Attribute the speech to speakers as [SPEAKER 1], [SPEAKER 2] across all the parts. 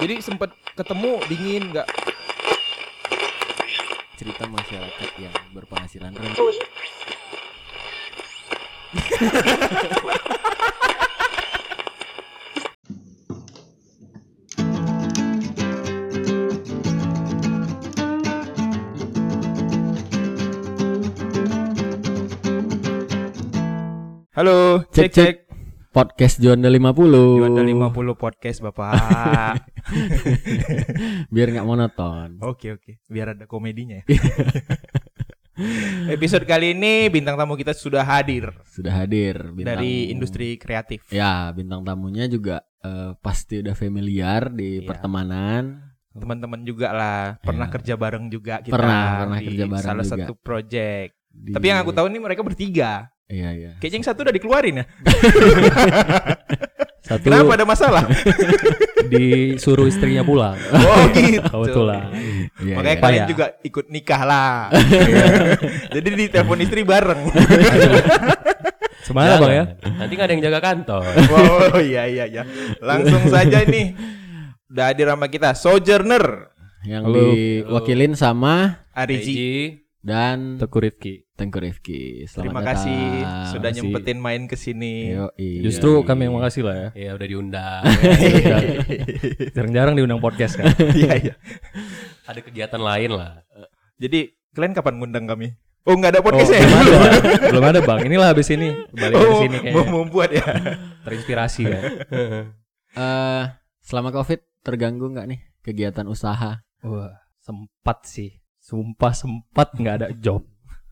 [SPEAKER 1] Jadi sempet ketemu dingin nggak?
[SPEAKER 2] cerita masyarakat yang berpenghasilan rendah
[SPEAKER 3] Halo,
[SPEAKER 2] Cek,
[SPEAKER 3] cek cek.
[SPEAKER 2] podcast Juanda 50
[SPEAKER 3] Juanda 50 podcast Bapak.
[SPEAKER 2] biar nggak monoton
[SPEAKER 3] Oke oke, biar ada komedinya ya. Episode kali ini bintang tamu kita sudah hadir
[SPEAKER 2] sudah hadir bintang-
[SPEAKER 3] dari industri kreatif.
[SPEAKER 2] ya bintang tamunya juga eh, pasti udah familiar di
[SPEAKER 3] Iya.
[SPEAKER 2] pertemanan
[SPEAKER 3] Teman-teman juga lah, pernah
[SPEAKER 2] Iya.
[SPEAKER 3] kerja bareng juga kita
[SPEAKER 2] Pernah, pernah
[SPEAKER 3] di
[SPEAKER 2] kerja bareng
[SPEAKER 3] salah
[SPEAKER 2] juga.
[SPEAKER 3] satu project.
[SPEAKER 2] di-
[SPEAKER 3] Tapi yang aku tahu ini mereka bertiga.
[SPEAKER 2] iya iya
[SPEAKER 3] Kayaknya yang satu udah dikeluarin ya.
[SPEAKER 4] Satu
[SPEAKER 3] Kenapa ada masalah?
[SPEAKER 4] disuruh istrinya pulang.
[SPEAKER 3] Oh gitu.
[SPEAKER 4] Kebetulan.
[SPEAKER 2] iya,
[SPEAKER 3] Makanya
[SPEAKER 2] iya.
[SPEAKER 3] kalian
[SPEAKER 4] Payah.
[SPEAKER 3] juga ikut nikah lah. Jadi di telepon istri bareng.
[SPEAKER 4] Semangat
[SPEAKER 2] Jangan.
[SPEAKER 4] bang ya. Nanti nggak ada yang jaga kantor.
[SPEAKER 3] Wow, iya iya iya. Langsung saja nih. Udah hadir sama kita Sojourner
[SPEAKER 2] yang
[SPEAKER 4] Halo.
[SPEAKER 2] diwakilin sama
[SPEAKER 3] Ariji.
[SPEAKER 2] dan
[SPEAKER 4] Teku Rifki.
[SPEAKER 2] Tengku Rifki Selamat
[SPEAKER 3] Terima
[SPEAKER 2] datang.
[SPEAKER 3] kasih sudah
[SPEAKER 4] Makasih. Iya.
[SPEAKER 3] nyempetin main ke sini.
[SPEAKER 2] Yoi.
[SPEAKER 4] Justru
[SPEAKER 2] iya,
[SPEAKER 4] kami yang makasih lah ya. Iya udah diundang. Jarang-jarang diundang podcast kan.
[SPEAKER 3] Iya iya.
[SPEAKER 4] Ada kegiatan lain lah.
[SPEAKER 3] Jadi kalian kapan ngundang kami? Oh nggak ada
[SPEAKER 4] Oh,
[SPEAKER 3] podcastnya.
[SPEAKER 4] belum ada. belum ada bang. Inilah habis ini balik ke
[SPEAKER 3] Oh,
[SPEAKER 4] sini
[SPEAKER 3] mau
[SPEAKER 4] kayaknya.
[SPEAKER 3] membuat ya.
[SPEAKER 4] Terinspirasi kan.
[SPEAKER 2] Eh, selama covid terganggu nggak nih kegiatan usaha
[SPEAKER 4] Wah sempat sih. Sumpah sempat nggak ada job.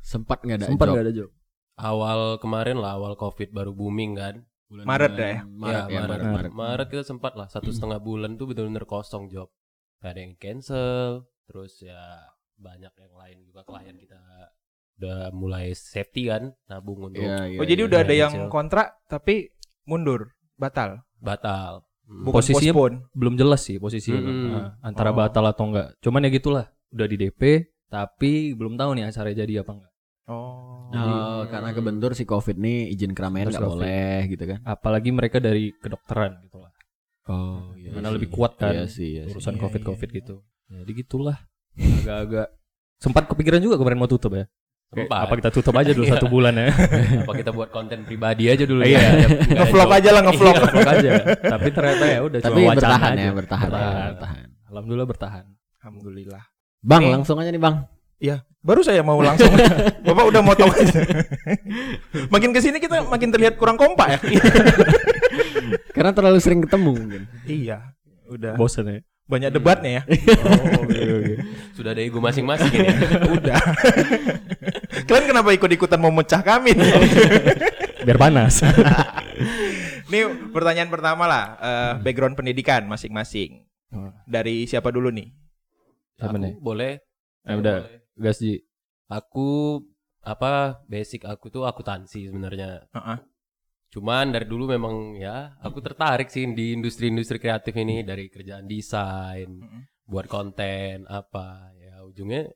[SPEAKER 2] sempat nggak ada
[SPEAKER 4] sempat
[SPEAKER 2] job?
[SPEAKER 4] nggak ada job.
[SPEAKER 5] awal kemarin lah awal covid baru booming kan
[SPEAKER 2] Bulan-
[SPEAKER 3] Maret
[SPEAKER 2] bulan
[SPEAKER 3] dah ya?
[SPEAKER 2] Maret ya, Maret, Maret.
[SPEAKER 5] Maret kita sempat lah satu setengah bulan tuh bener-bener kosong job gak ada yang cancel terus ya banyak yang lain juga klien kita udah mulai safety kan nabung untuk
[SPEAKER 2] Iya, iya,
[SPEAKER 3] Oh jadi
[SPEAKER 2] iya.
[SPEAKER 3] udah ada
[SPEAKER 5] iya,
[SPEAKER 3] yang
[SPEAKER 5] iya.
[SPEAKER 3] kontrak tapi mundur, batal.
[SPEAKER 5] batal Hmm.
[SPEAKER 3] Bukan
[SPEAKER 4] Posisinya-
[SPEAKER 3] postpone.
[SPEAKER 4] Belum jelas sih posisinya
[SPEAKER 5] Mm-mm.
[SPEAKER 4] Nah,
[SPEAKER 3] Oh.
[SPEAKER 4] antara batal atau enggak. Cuman ya gitulah. Udah di DP tapi belum tahu nih acaranya jadi apa enggak.
[SPEAKER 3] Oh.
[SPEAKER 2] Oh, karena kebentur si covid nih izin keramaian
[SPEAKER 4] Terus
[SPEAKER 2] nggak
[SPEAKER 4] Covid.
[SPEAKER 2] boleh gitu kan?
[SPEAKER 4] apalagi mereka dari kedokteran gitu lah
[SPEAKER 2] Oh, iya
[SPEAKER 4] Karena
[SPEAKER 2] sih.
[SPEAKER 4] lebih kuat kan
[SPEAKER 2] Iya sih, iya sih.
[SPEAKER 4] urusan
[SPEAKER 3] Iya,
[SPEAKER 4] covid covid
[SPEAKER 3] iya.
[SPEAKER 4] gitu jadi gitulah agak-agak sempat kepikiran juga kemarin mau tutup ya
[SPEAKER 5] Sempat.
[SPEAKER 4] apa kita tutup aja dulu satu bulan ya
[SPEAKER 5] apa kita buat konten pribadi aja dulu
[SPEAKER 4] Iya.
[SPEAKER 5] ya
[SPEAKER 3] Ngevlog aja lah ngevlog.
[SPEAKER 4] Vlog aja tapi ternyata ya udah
[SPEAKER 2] Tapi
[SPEAKER 4] cuma wacana
[SPEAKER 2] bertahan ya,
[SPEAKER 4] aja.
[SPEAKER 2] bertahan, ya,
[SPEAKER 4] Bertahan.
[SPEAKER 2] bertahan.
[SPEAKER 4] alhamdulillah bertahan
[SPEAKER 3] Alhamdulillah.
[SPEAKER 2] Bang,
[SPEAKER 3] Eh.
[SPEAKER 2] langsung aja nih, Bang.
[SPEAKER 3] Baru saya mau langsung. Bapak udah motong aja. makin kesini kita makin terlihat kurang kompak ya.
[SPEAKER 4] Iya.
[SPEAKER 2] Karena terlalu sering ketemu mungkin.
[SPEAKER 3] iya. Udah.
[SPEAKER 4] bosen ya
[SPEAKER 3] banyak debatnya ya.
[SPEAKER 5] sudah ada ego masing-masing ini
[SPEAKER 3] Udah. Kalian kenapa ikut-ikutan mau mecah kami? nih?
[SPEAKER 4] biar panas
[SPEAKER 3] Ini pertanyaan pertama lah, eh, background pendidikan masing-masing.
[SPEAKER 4] Hmm.
[SPEAKER 3] Dari siapa dulu nih?
[SPEAKER 5] Gitu.
[SPEAKER 4] Apa
[SPEAKER 5] aku
[SPEAKER 4] nih?
[SPEAKER 5] boleh
[SPEAKER 4] Eh, udah
[SPEAKER 5] Boleh.
[SPEAKER 4] gas ji
[SPEAKER 5] aku apa basic aku tuh akuntansi sebenarnya
[SPEAKER 3] Heeh.
[SPEAKER 5] Cuman dari dulu memang ya aku tertarik sih di industri-industri kreatif
[SPEAKER 3] Hmm.
[SPEAKER 5] ini dari kerjaan desain,
[SPEAKER 3] Mm-mm.
[SPEAKER 5] buat konten apa ya ujungnya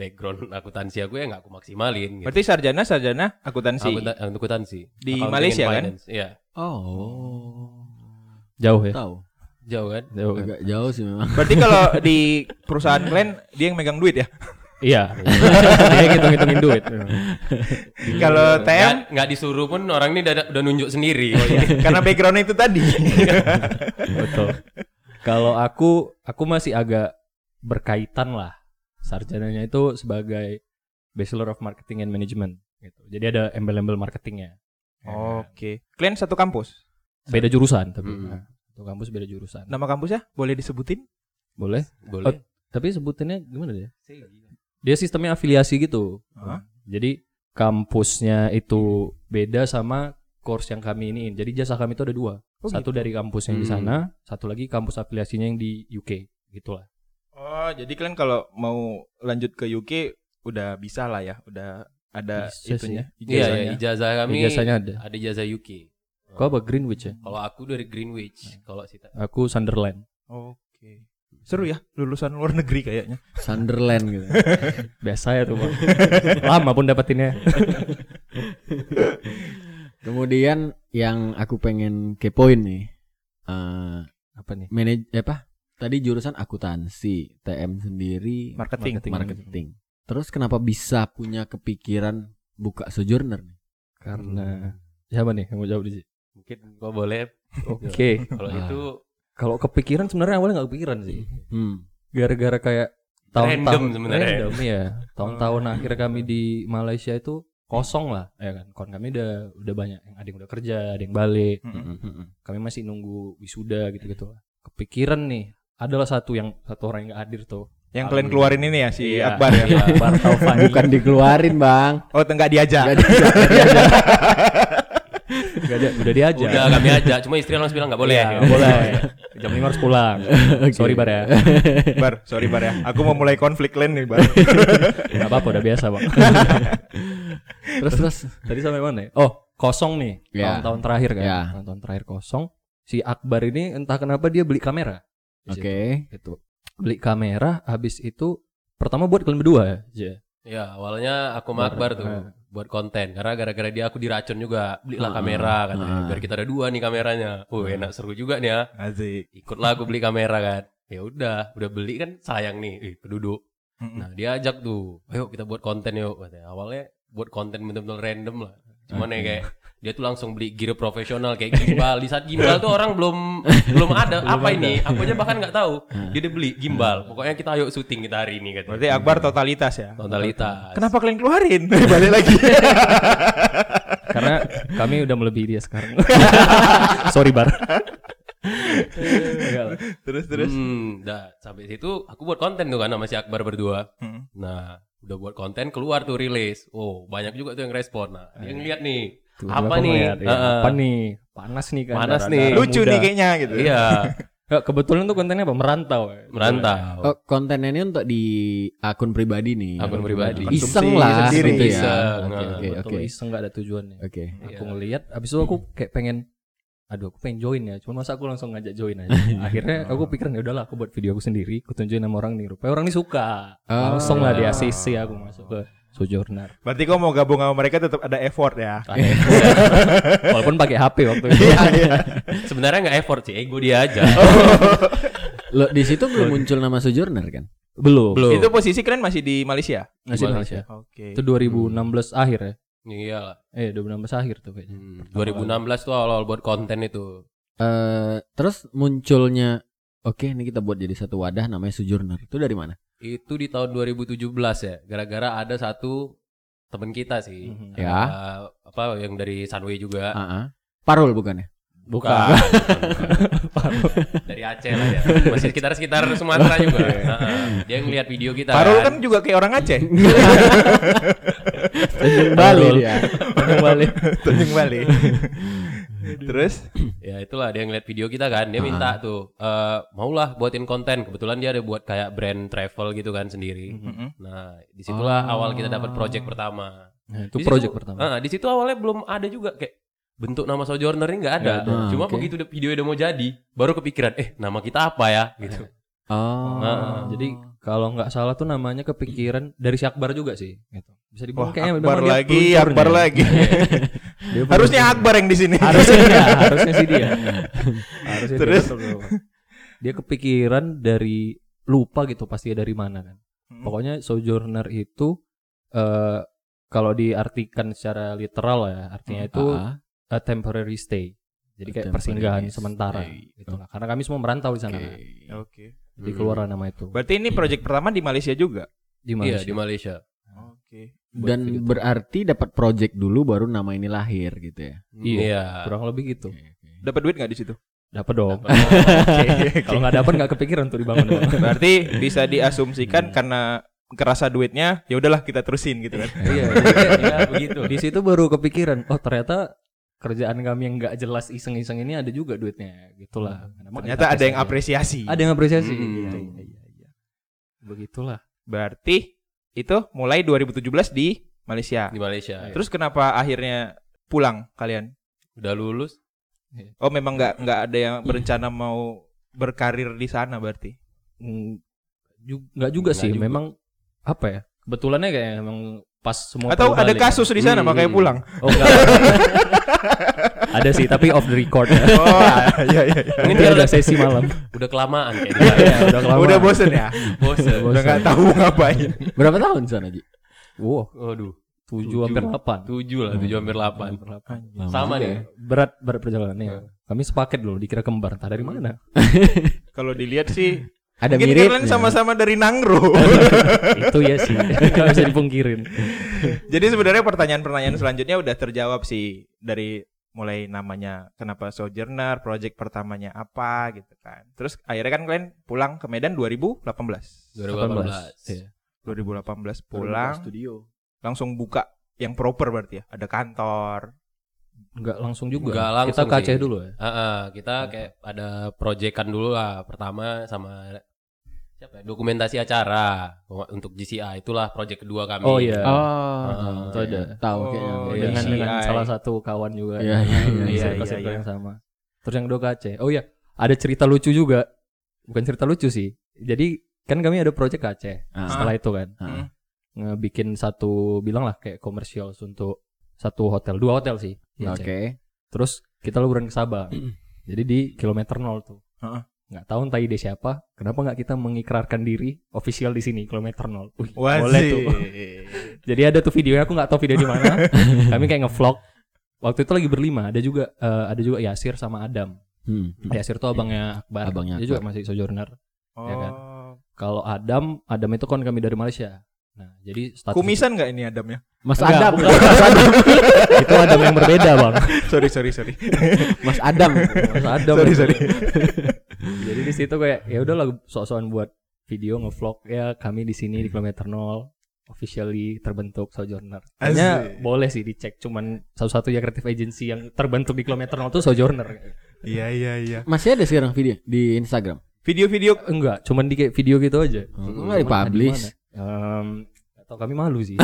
[SPEAKER 5] background akuntansi aku ya nggak aku maksimalin. Gitu.
[SPEAKER 3] Berarti sarjana sarjana akuntansi.
[SPEAKER 5] Akunta- akuntansi
[SPEAKER 3] Di
[SPEAKER 5] Accounting and
[SPEAKER 3] Malaysia kan?
[SPEAKER 5] finance. Iya
[SPEAKER 2] Oh.
[SPEAKER 4] jauh ya
[SPEAKER 2] Tahu.
[SPEAKER 5] jauh kan.
[SPEAKER 2] Oh,
[SPEAKER 4] jauh ya?
[SPEAKER 2] Agak jauh sih memang.
[SPEAKER 3] Berarti kalau di perusahaan kalian dia yang megang duit ya?
[SPEAKER 4] iya dia ngitung ngitungin duit
[SPEAKER 5] Iya,
[SPEAKER 3] Kalau
[SPEAKER 5] kan? Nggak,
[SPEAKER 3] TM
[SPEAKER 5] nggak disuruh pun orang ini udah, udah nunjuk sendiri.
[SPEAKER 3] Oh, iya. karena backgroundnya itu tadi.
[SPEAKER 4] Betul. Kalau aku, aku masih agak berkaitan lah. Sarjananya itu sebagai Bachelor of Marketing and Management. Gitu. Jadi ada embel-embel marketingnya.
[SPEAKER 3] Oke. Kalian satu kampus.
[SPEAKER 4] Beda jurusan tapi.
[SPEAKER 5] Mm.
[SPEAKER 4] Nah, Satu kampus beda jurusan. Nah,
[SPEAKER 3] Nama kampusnya boleh disebutin?
[SPEAKER 4] Boleh.
[SPEAKER 3] Oh,
[SPEAKER 5] Boleh.
[SPEAKER 4] Tapi sebutannya gimana ya? Dia sistemnya afiliasi gitu.
[SPEAKER 3] Hah?
[SPEAKER 4] Jadi kampusnya itu beda sama course yang kami iniin. Jadi jasa kami itu ada dua.
[SPEAKER 3] Oh,
[SPEAKER 4] satu dari kampus yang di
[SPEAKER 5] Hmm.
[SPEAKER 4] sana, satu lagi kampus afiliasinya yang di UK. Gitulah.
[SPEAKER 3] Oh, jadi kalian kalau mau lanjut ke UK udah bisa lah ya, udah ada
[SPEAKER 4] Bisa
[SPEAKER 3] itunya.
[SPEAKER 5] Iya,
[SPEAKER 3] ijazahnya.
[SPEAKER 5] iya, ijazah kami
[SPEAKER 4] Biasanya ada.
[SPEAKER 5] ada ijazah UK.
[SPEAKER 4] Kau apa Greenwich ya?
[SPEAKER 5] Kalau aku dari
[SPEAKER 3] Hmm.
[SPEAKER 5] Greenwich, kalau si
[SPEAKER 4] Aku Sunderland.
[SPEAKER 3] Oke. Seru ya lulusan luar negeri kayaknya.
[SPEAKER 2] Sunderland gitu.
[SPEAKER 4] Biasa ya tuh bang. Lama pun dapetinnya.
[SPEAKER 2] Kemudian yang aku pengen kepoin nih. eh
[SPEAKER 4] Apa nih?
[SPEAKER 2] manaj- eh, apa? tadi jurusan akuntansi, TM sendiri
[SPEAKER 3] Marketing.
[SPEAKER 2] marketing. Terus kenapa bisa punya kepikiran buka sojourner? nih?
[SPEAKER 4] Karena siapa nih yang mau jawab di sini?
[SPEAKER 5] Mungkin gua boleh.
[SPEAKER 4] Oke.
[SPEAKER 5] Kalau
[SPEAKER 2] Ah.
[SPEAKER 5] itu
[SPEAKER 4] Kalau kepikiran sebenarnya awalnya nggak kepikiran sih.
[SPEAKER 2] Hmm.
[SPEAKER 4] Gara-gara kayak tahun-tahun
[SPEAKER 5] Random sebenarnya.
[SPEAKER 4] Random, iya. Tahun-tahun akhir kami di Malaysia itu kosong lah, ya kan. Kon kami udah udah banyak yang ada yang udah kerja, ada yang balik.
[SPEAKER 2] Hmm, hmm, hmm.
[SPEAKER 4] kami masih nunggu wisuda gitu-gitu lah. Kepikiran nih, adalah satu yang satu orang yang gak hadir tuh.
[SPEAKER 3] Yang kalian keluarin ini ya si
[SPEAKER 4] Iya,
[SPEAKER 3] Akbar ya.
[SPEAKER 4] iya, Akbar Taufan.
[SPEAKER 2] Bukan dikeluarin, Bang.
[SPEAKER 3] Oh, enggak diajak.
[SPEAKER 2] Nggak diajak, nggak diajak.
[SPEAKER 4] Gak ada, udah diajak.
[SPEAKER 5] udah kami ajak. Cuma istri langsung bilang nggak boleh. ya.
[SPEAKER 4] Iya, nggak boleh. Jam 5 harus pulang.
[SPEAKER 2] Oke.
[SPEAKER 4] Sorry bar ya.
[SPEAKER 3] Bar, sorry Bar ya. Aku mau mulai konflik lain nih, Bar.
[SPEAKER 4] Gak apa-apa, udah biasa bang.
[SPEAKER 2] Terus terus.
[SPEAKER 4] Tadi sampai mana ya? Oh, kosong nih.
[SPEAKER 2] Iya.
[SPEAKER 4] Tahun-tahun terakhir kan.
[SPEAKER 2] Iya.
[SPEAKER 4] Tahun-tahun terakhir kosong. Si Akbar ini entah kenapa dia beli kamera.
[SPEAKER 2] Oke.
[SPEAKER 4] Di situ, Gitu. Beli kamera, habis itu pertama buat kalian berdua ya. Iya.
[SPEAKER 5] Ya awalnya aku sama Akbar tuh
[SPEAKER 4] Heeh.
[SPEAKER 5] buat konten karena gara-gara dia aku diracun juga belilah
[SPEAKER 2] Heeh.
[SPEAKER 5] kamera katanya
[SPEAKER 2] Heeh.
[SPEAKER 5] biar kita ada dua nih kameranya. Oh enak seru juga nih ya.
[SPEAKER 3] Asik.
[SPEAKER 5] Ikutlah aku beli kamera kan. Ya udah, udah beli kan sayang nih. Eh, penduduk. Nah, dia ajak tuh. Ayo kita buat konten yuk katanya. Awalnya buat konten betul-betul random lah. Cuman ya kayak dia tuh langsung beli gear profesional kayak gimbal. Di saat gimbal tuh orang belum belum ada apa ini. Aku aja bahkan nggak tahu. Dia udah beli gimbal. Pokoknya kita ayo syuting kita hari ini katanya.
[SPEAKER 3] Berarti Akbar totalitas ya.
[SPEAKER 5] Totalitas.
[SPEAKER 3] Kenapa kalian keluarin? Balik lagi.
[SPEAKER 4] Karena kami udah melebihi dia sekarang. Sorry bar. Enggak lah.
[SPEAKER 3] terus terus.
[SPEAKER 5] Hmm, dah sampai situ aku buat konten tuh kan sama si Akbar berdua. Nah, udah buat konten keluar tuh rilis. Oh, banyak juga tuh yang respon. Nah, dia ngeliat nih.
[SPEAKER 4] Tiba-tiba
[SPEAKER 5] apa
[SPEAKER 4] aku
[SPEAKER 5] nih?
[SPEAKER 4] ngeliat, ya,
[SPEAKER 5] Heeh.
[SPEAKER 4] apa nih? Panas nih kan.
[SPEAKER 5] Panas
[SPEAKER 4] darah-
[SPEAKER 5] nih.
[SPEAKER 4] darah
[SPEAKER 3] Lucu
[SPEAKER 4] muda.
[SPEAKER 3] nih kayaknya gitu.
[SPEAKER 5] Iya,
[SPEAKER 4] Eh, kebetulan tuh kontennya apa? Merantau. ya?
[SPEAKER 5] merantau.
[SPEAKER 2] Oh, kontennya ini untuk di akun pribadi nih.
[SPEAKER 5] Akun pribadi.
[SPEAKER 2] Iseng
[SPEAKER 3] Konsumsi
[SPEAKER 2] lah
[SPEAKER 3] sendiri.
[SPEAKER 2] gitu ya.
[SPEAKER 5] Iseng,
[SPEAKER 2] Oke
[SPEAKER 5] nah,
[SPEAKER 2] oke
[SPEAKER 4] Betul,
[SPEAKER 2] oke.
[SPEAKER 4] iseng nggak ada tujuannya.
[SPEAKER 2] Oke.
[SPEAKER 5] Iya.
[SPEAKER 4] Aku ngeliat, abis itu aku kayak pengen aduh aku pengen join ya cuman masa aku langsung ngajak join aja akhirnya aku pikirin ya udahlah aku buat video aku sendiri aku tunjukin sama orang nih rupanya orang ini suka
[SPEAKER 2] Ah.
[SPEAKER 4] langsung lah di ACC aku masuk ke sojourner
[SPEAKER 3] Berarti kau mau gabung sama mereka tetap ada effort ya.
[SPEAKER 4] Ada effort ya. walaupun pakai HP waktu itu
[SPEAKER 5] Sebenarnya nggak effort sih, ego dia aja.
[SPEAKER 2] Lo di situ belum muncul nama sojourner kan?
[SPEAKER 4] belum
[SPEAKER 5] Belum.
[SPEAKER 3] Itu posisi kalian masih di Malaysia.
[SPEAKER 4] masih di Malaysia
[SPEAKER 3] Oke.
[SPEAKER 5] Malaysia.
[SPEAKER 4] itu 2016 akhir ya
[SPEAKER 5] Iya.
[SPEAKER 4] eh 2016 akhir tuh kayaknya
[SPEAKER 5] Hmm, 2016 tuh awal-awal buat konten itu.
[SPEAKER 2] Eh terus munculnya oke ini kita buat jadi satu wadah namanya sojourner. Itu dari mana?
[SPEAKER 5] Itu di tahun 2017 ya, gara-gara ada satu temen kita sih.
[SPEAKER 4] Mhm.
[SPEAKER 5] Ada,
[SPEAKER 2] Ya.
[SPEAKER 5] apa yang dari Sunway juga.
[SPEAKER 2] Ah, ah. Parul bukan ya?
[SPEAKER 5] Bukan. Dari Aceh lah ya. Masih sekitar-sekitar Sumatera juga.
[SPEAKER 4] Iya.
[SPEAKER 5] Heeh. Dia ngeliat video kita.
[SPEAKER 3] Parul kan juga kayak orang Aceh.
[SPEAKER 2] Tanjung Bali dia.
[SPEAKER 4] balik
[SPEAKER 3] Tunjung Bali. terus
[SPEAKER 5] Ya itulah dia ngeliat video kita kan. Dia minta tuh, eh, maulah buatin konten. Kebetulan dia ada buat kayak brand travel gitu kan sendiri.
[SPEAKER 4] Mm-hmm.
[SPEAKER 5] Nah, disitulah awal kita dapat project pertama.
[SPEAKER 4] Nah, Ah. itu
[SPEAKER 5] Di situ-
[SPEAKER 4] project pertama
[SPEAKER 5] Heeh, di situ awalnya belum ada juga kayak bentuk nama sojourner ini nggak ada.
[SPEAKER 4] Nggak ada.
[SPEAKER 5] Cuma
[SPEAKER 2] oke.
[SPEAKER 5] begitu udah- video udah mau jadi, baru kepikiran, eh nama kita apa ya? Gitu.
[SPEAKER 4] Ah.
[SPEAKER 2] Oh.
[SPEAKER 5] Heeh.
[SPEAKER 4] Jadi kalau nggak salah tuh namanya kepikiran dari si Akbar juga sih. Gitu. Bisa
[SPEAKER 3] Wah,
[SPEAKER 4] dibilang kayaknya memang
[SPEAKER 3] Akbar
[SPEAKER 4] dia
[SPEAKER 3] lagi,
[SPEAKER 4] peluncurnya.
[SPEAKER 3] Akbar lagi.
[SPEAKER 4] Dia
[SPEAKER 3] Harusnya
[SPEAKER 4] peluncurnya.
[SPEAKER 3] Akbar yang di sini.
[SPEAKER 4] Harusnya dia, harusnya sih dia. Harusnya dia,
[SPEAKER 3] Terus?
[SPEAKER 4] betul, betul. dia kepikiran dari lupa gitu pasti dari mana kan. Pokoknya sojourner itu eh kalau diartikan secara literal ya, artinya itu
[SPEAKER 2] Ah,
[SPEAKER 4] a temporary stay. Jadi kayak
[SPEAKER 2] Temporary
[SPEAKER 4] persinggahan
[SPEAKER 2] stay.
[SPEAKER 4] sementara gitu lah. Karena kami semua merantau
[SPEAKER 2] oke.
[SPEAKER 4] di sana.
[SPEAKER 3] Oke.
[SPEAKER 4] Jadi keluar nama itu.
[SPEAKER 3] Berarti ini project pertama di Malaysia juga.
[SPEAKER 4] Di
[SPEAKER 5] Iya,
[SPEAKER 4] Malaysia.
[SPEAKER 5] di Malaysia.
[SPEAKER 3] Oke.
[SPEAKER 2] Dan
[SPEAKER 4] Buat video.
[SPEAKER 2] berarti dapat project dulu baru nama ini lahir gitu ya.
[SPEAKER 4] Iya.
[SPEAKER 5] Iya.
[SPEAKER 4] Kurang lebih gitu.
[SPEAKER 2] Oke, oke.
[SPEAKER 3] Dapat duit nggak di situ?
[SPEAKER 4] Dapat dong.
[SPEAKER 3] Oke.
[SPEAKER 4] Kalau nggak dapat nggak kepikiran untuk dibangun.
[SPEAKER 3] Berarti bisa diasumsikan karena kerasa duitnya, ya udahlah kita terusin gitu kan.
[SPEAKER 4] Iya,
[SPEAKER 5] Iya, begitu.
[SPEAKER 4] di situ baru kepikiran, oh ternyata kerjaan kami yang nggak jelas iseng-iseng ini ada juga duitnya, gitulah. Emang
[SPEAKER 3] Ternyata
[SPEAKER 4] kita
[SPEAKER 3] ada yang
[SPEAKER 4] tes aja.
[SPEAKER 3] apresiasi.
[SPEAKER 4] Ada yang apresiasi.
[SPEAKER 5] Hmm.
[SPEAKER 4] Iya, iya, iya, iya. Begitulah.
[SPEAKER 3] Berarti itu mulai 2017 di Malaysia.
[SPEAKER 5] Di Malaysia.
[SPEAKER 3] Terus kenapa akhirnya pulang kalian?
[SPEAKER 5] udah lulus
[SPEAKER 3] Oh memang nggak nggak ada yang berencana mau berkarir di sana berarti.
[SPEAKER 4] Mm, ju- Nggak juga
[SPEAKER 5] Nggak
[SPEAKER 4] sih,
[SPEAKER 5] juga.
[SPEAKER 4] memang apa ya? Kebetulannya kayak emang pas semua
[SPEAKER 3] Atau ada
[SPEAKER 4] perubahan ya.
[SPEAKER 3] kasus di sana
[SPEAKER 5] Hmm.
[SPEAKER 3] makanya pulang.
[SPEAKER 4] Oh enggak. Ada sih, tapi off the record.
[SPEAKER 3] Oh,
[SPEAKER 4] ya.
[SPEAKER 3] iya iya. iya.
[SPEAKER 5] Mungkin
[SPEAKER 4] Nanti
[SPEAKER 5] dia
[SPEAKER 4] ada
[SPEAKER 5] udah
[SPEAKER 4] sesi malam.
[SPEAKER 5] udah kelamaan kayak
[SPEAKER 4] Iya,
[SPEAKER 5] dia.
[SPEAKER 4] udah kelamaan.
[SPEAKER 3] Udah bosen ya?
[SPEAKER 4] Iya,
[SPEAKER 5] Bosen.
[SPEAKER 3] Udah nggak tahu mau ngapain.
[SPEAKER 2] Berapa tahun di sana, Ji?
[SPEAKER 4] Wow,
[SPEAKER 5] Waduh,
[SPEAKER 4] tujuh hampir delapan.
[SPEAKER 5] tujuh lah, tujuh hampir delapan.
[SPEAKER 4] Iya,
[SPEAKER 2] Lama
[SPEAKER 5] Sama
[SPEAKER 3] Iya.
[SPEAKER 2] juga
[SPEAKER 5] nih.
[SPEAKER 2] ya.
[SPEAKER 4] Berat berat perjalanannya. Kami sepaket loh, dikira kembar. Entah dari mana?
[SPEAKER 3] Kalau dilihat sih,
[SPEAKER 2] Ada
[SPEAKER 3] mungkin
[SPEAKER 2] mirip.
[SPEAKER 4] Iya.
[SPEAKER 3] kalian sama-sama dari Nangro.
[SPEAKER 4] Itu ya sih, nggak bisa dipungkirin.
[SPEAKER 3] Jadi sebenarnya pertanyaan-pertanyaan selanjutnya udah terjawab sih dari mulai namanya kenapa sojourner, project pertamanya apa gitu kan. Terus akhirnya kan kalian pulang ke Medan 2018.
[SPEAKER 5] 2018.
[SPEAKER 4] iya.
[SPEAKER 3] 2018 pulang langsung buka yang proper berarti ya. Ada kantor.
[SPEAKER 4] Nggak langsung juga.
[SPEAKER 5] Nggak langsung
[SPEAKER 4] Kita ke Aceh
[SPEAKER 5] sih.
[SPEAKER 4] dulu ya.
[SPEAKER 5] Heeh, kita kayak ada proyekan dulu lah pertama sama siapa ya? dokumentasi acara untuk GCI itulah proyek kedua kami.
[SPEAKER 4] Oh
[SPEAKER 2] Oh,
[SPEAKER 4] iya.
[SPEAKER 5] Ah,
[SPEAKER 2] tahu,
[SPEAKER 5] iya.
[SPEAKER 2] tahu
[SPEAKER 3] Oh,
[SPEAKER 2] kayaknya.
[SPEAKER 3] iya.
[SPEAKER 4] dengan
[SPEAKER 3] DCI.
[SPEAKER 4] dengan salah satu kawan juga.
[SPEAKER 2] Iya, iya, iya,
[SPEAKER 4] Di
[SPEAKER 3] iya,
[SPEAKER 4] circle-circle
[SPEAKER 3] iya, iya.
[SPEAKER 4] yang sama. Terus yang kedua ke Aceh. Oh iya, ada cerita lucu juga. Bukan cerita lucu sih. Jadi kan kami ada project ke Aceh.
[SPEAKER 2] Ah.
[SPEAKER 4] Setelah itu kan
[SPEAKER 3] Hmm.
[SPEAKER 2] Ah.
[SPEAKER 4] ngebikin satu bilang lah kayak komersial untuk satu hotel, dua hotel sih. di
[SPEAKER 2] Oke.
[SPEAKER 4] Aceh. Terus kita liburan ke Sabah. Jadi di kilometer nol tuh.
[SPEAKER 3] Heeh.
[SPEAKER 4] Nggak tahu entah ide siapa. Kenapa nggak kita mengikrarkan diri official di sini kilometer nol? Wih, boleh
[SPEAKER 3] Wazih.
[SPEAKER 4] tuh. Jadi ada tuh videonya aku nggak tahu video di mana. Kami kayak ngevlog. Waktu itu lagi berlima. Ada juga eh, ada juga Yasir sama Adam.
[SPEAKER 2] Hmm.
[SPEAKER 4] Yasir tuh abangnya Akbar.
[SPEAKER 2] Abangnya
[SPEAKER 4] Dia juga masih sojourner.
[SPEAKER 3] Oh.
[SPEAKER 4] Ya kan? Kalau Adam, Adam itu kon kami dari Malaysia. Nah, jadi status
[SPEAKER 3] Oh, Kumisan nggak ini Adam ya?
[SPEAKER 2] Mas
[SPEAKER 4] Enggak,
[SPEAKER 2] Adam,
[SPEAKER 4] bukan. Mas Adam. itu Adam yang berbeda, Bang.
[SPEAKER 3] sorry sorry sorry.
[SPEAKER 2] Mas Adam.
[SPEAKER 4] Mas Adam.
[SPEAKER 3] sorry
[SPEAKER 4] itu.
[SPEAKER 3] sorry.
[SPEAKER 4] Jadi di situ kayak ya udahlah sok-sokan buat video ngevlog ya kami di sini
[SPEAKER 3] Hmm.
[SPEAKER 4] di kilometer nol officially terbentuk sojourner. Hanya
[SPEAKER 3] Asik.
[SPEAKER 4] boleh sih dicek cuman satu-satunya kreatif agency yang terbentuk di kilometer nol tuh sojourner.
[SPEAKER 3] Iya iya iya.
[SPEAKER 2] Masih ada sekarang video di Instagram.
[SPEAKER 3] Video-video
[SPEAKER 4] Enggak, cuman di kayak video gitu aja.
[SPEAKER 3] Oh.
[SPEAKER 2] Enggak
[SPEAKER 4] Cuman
[SPEAKER 2] dipublish.
[SPEAKER 4] ada di mana? Em, nggak tahu kami malu sih.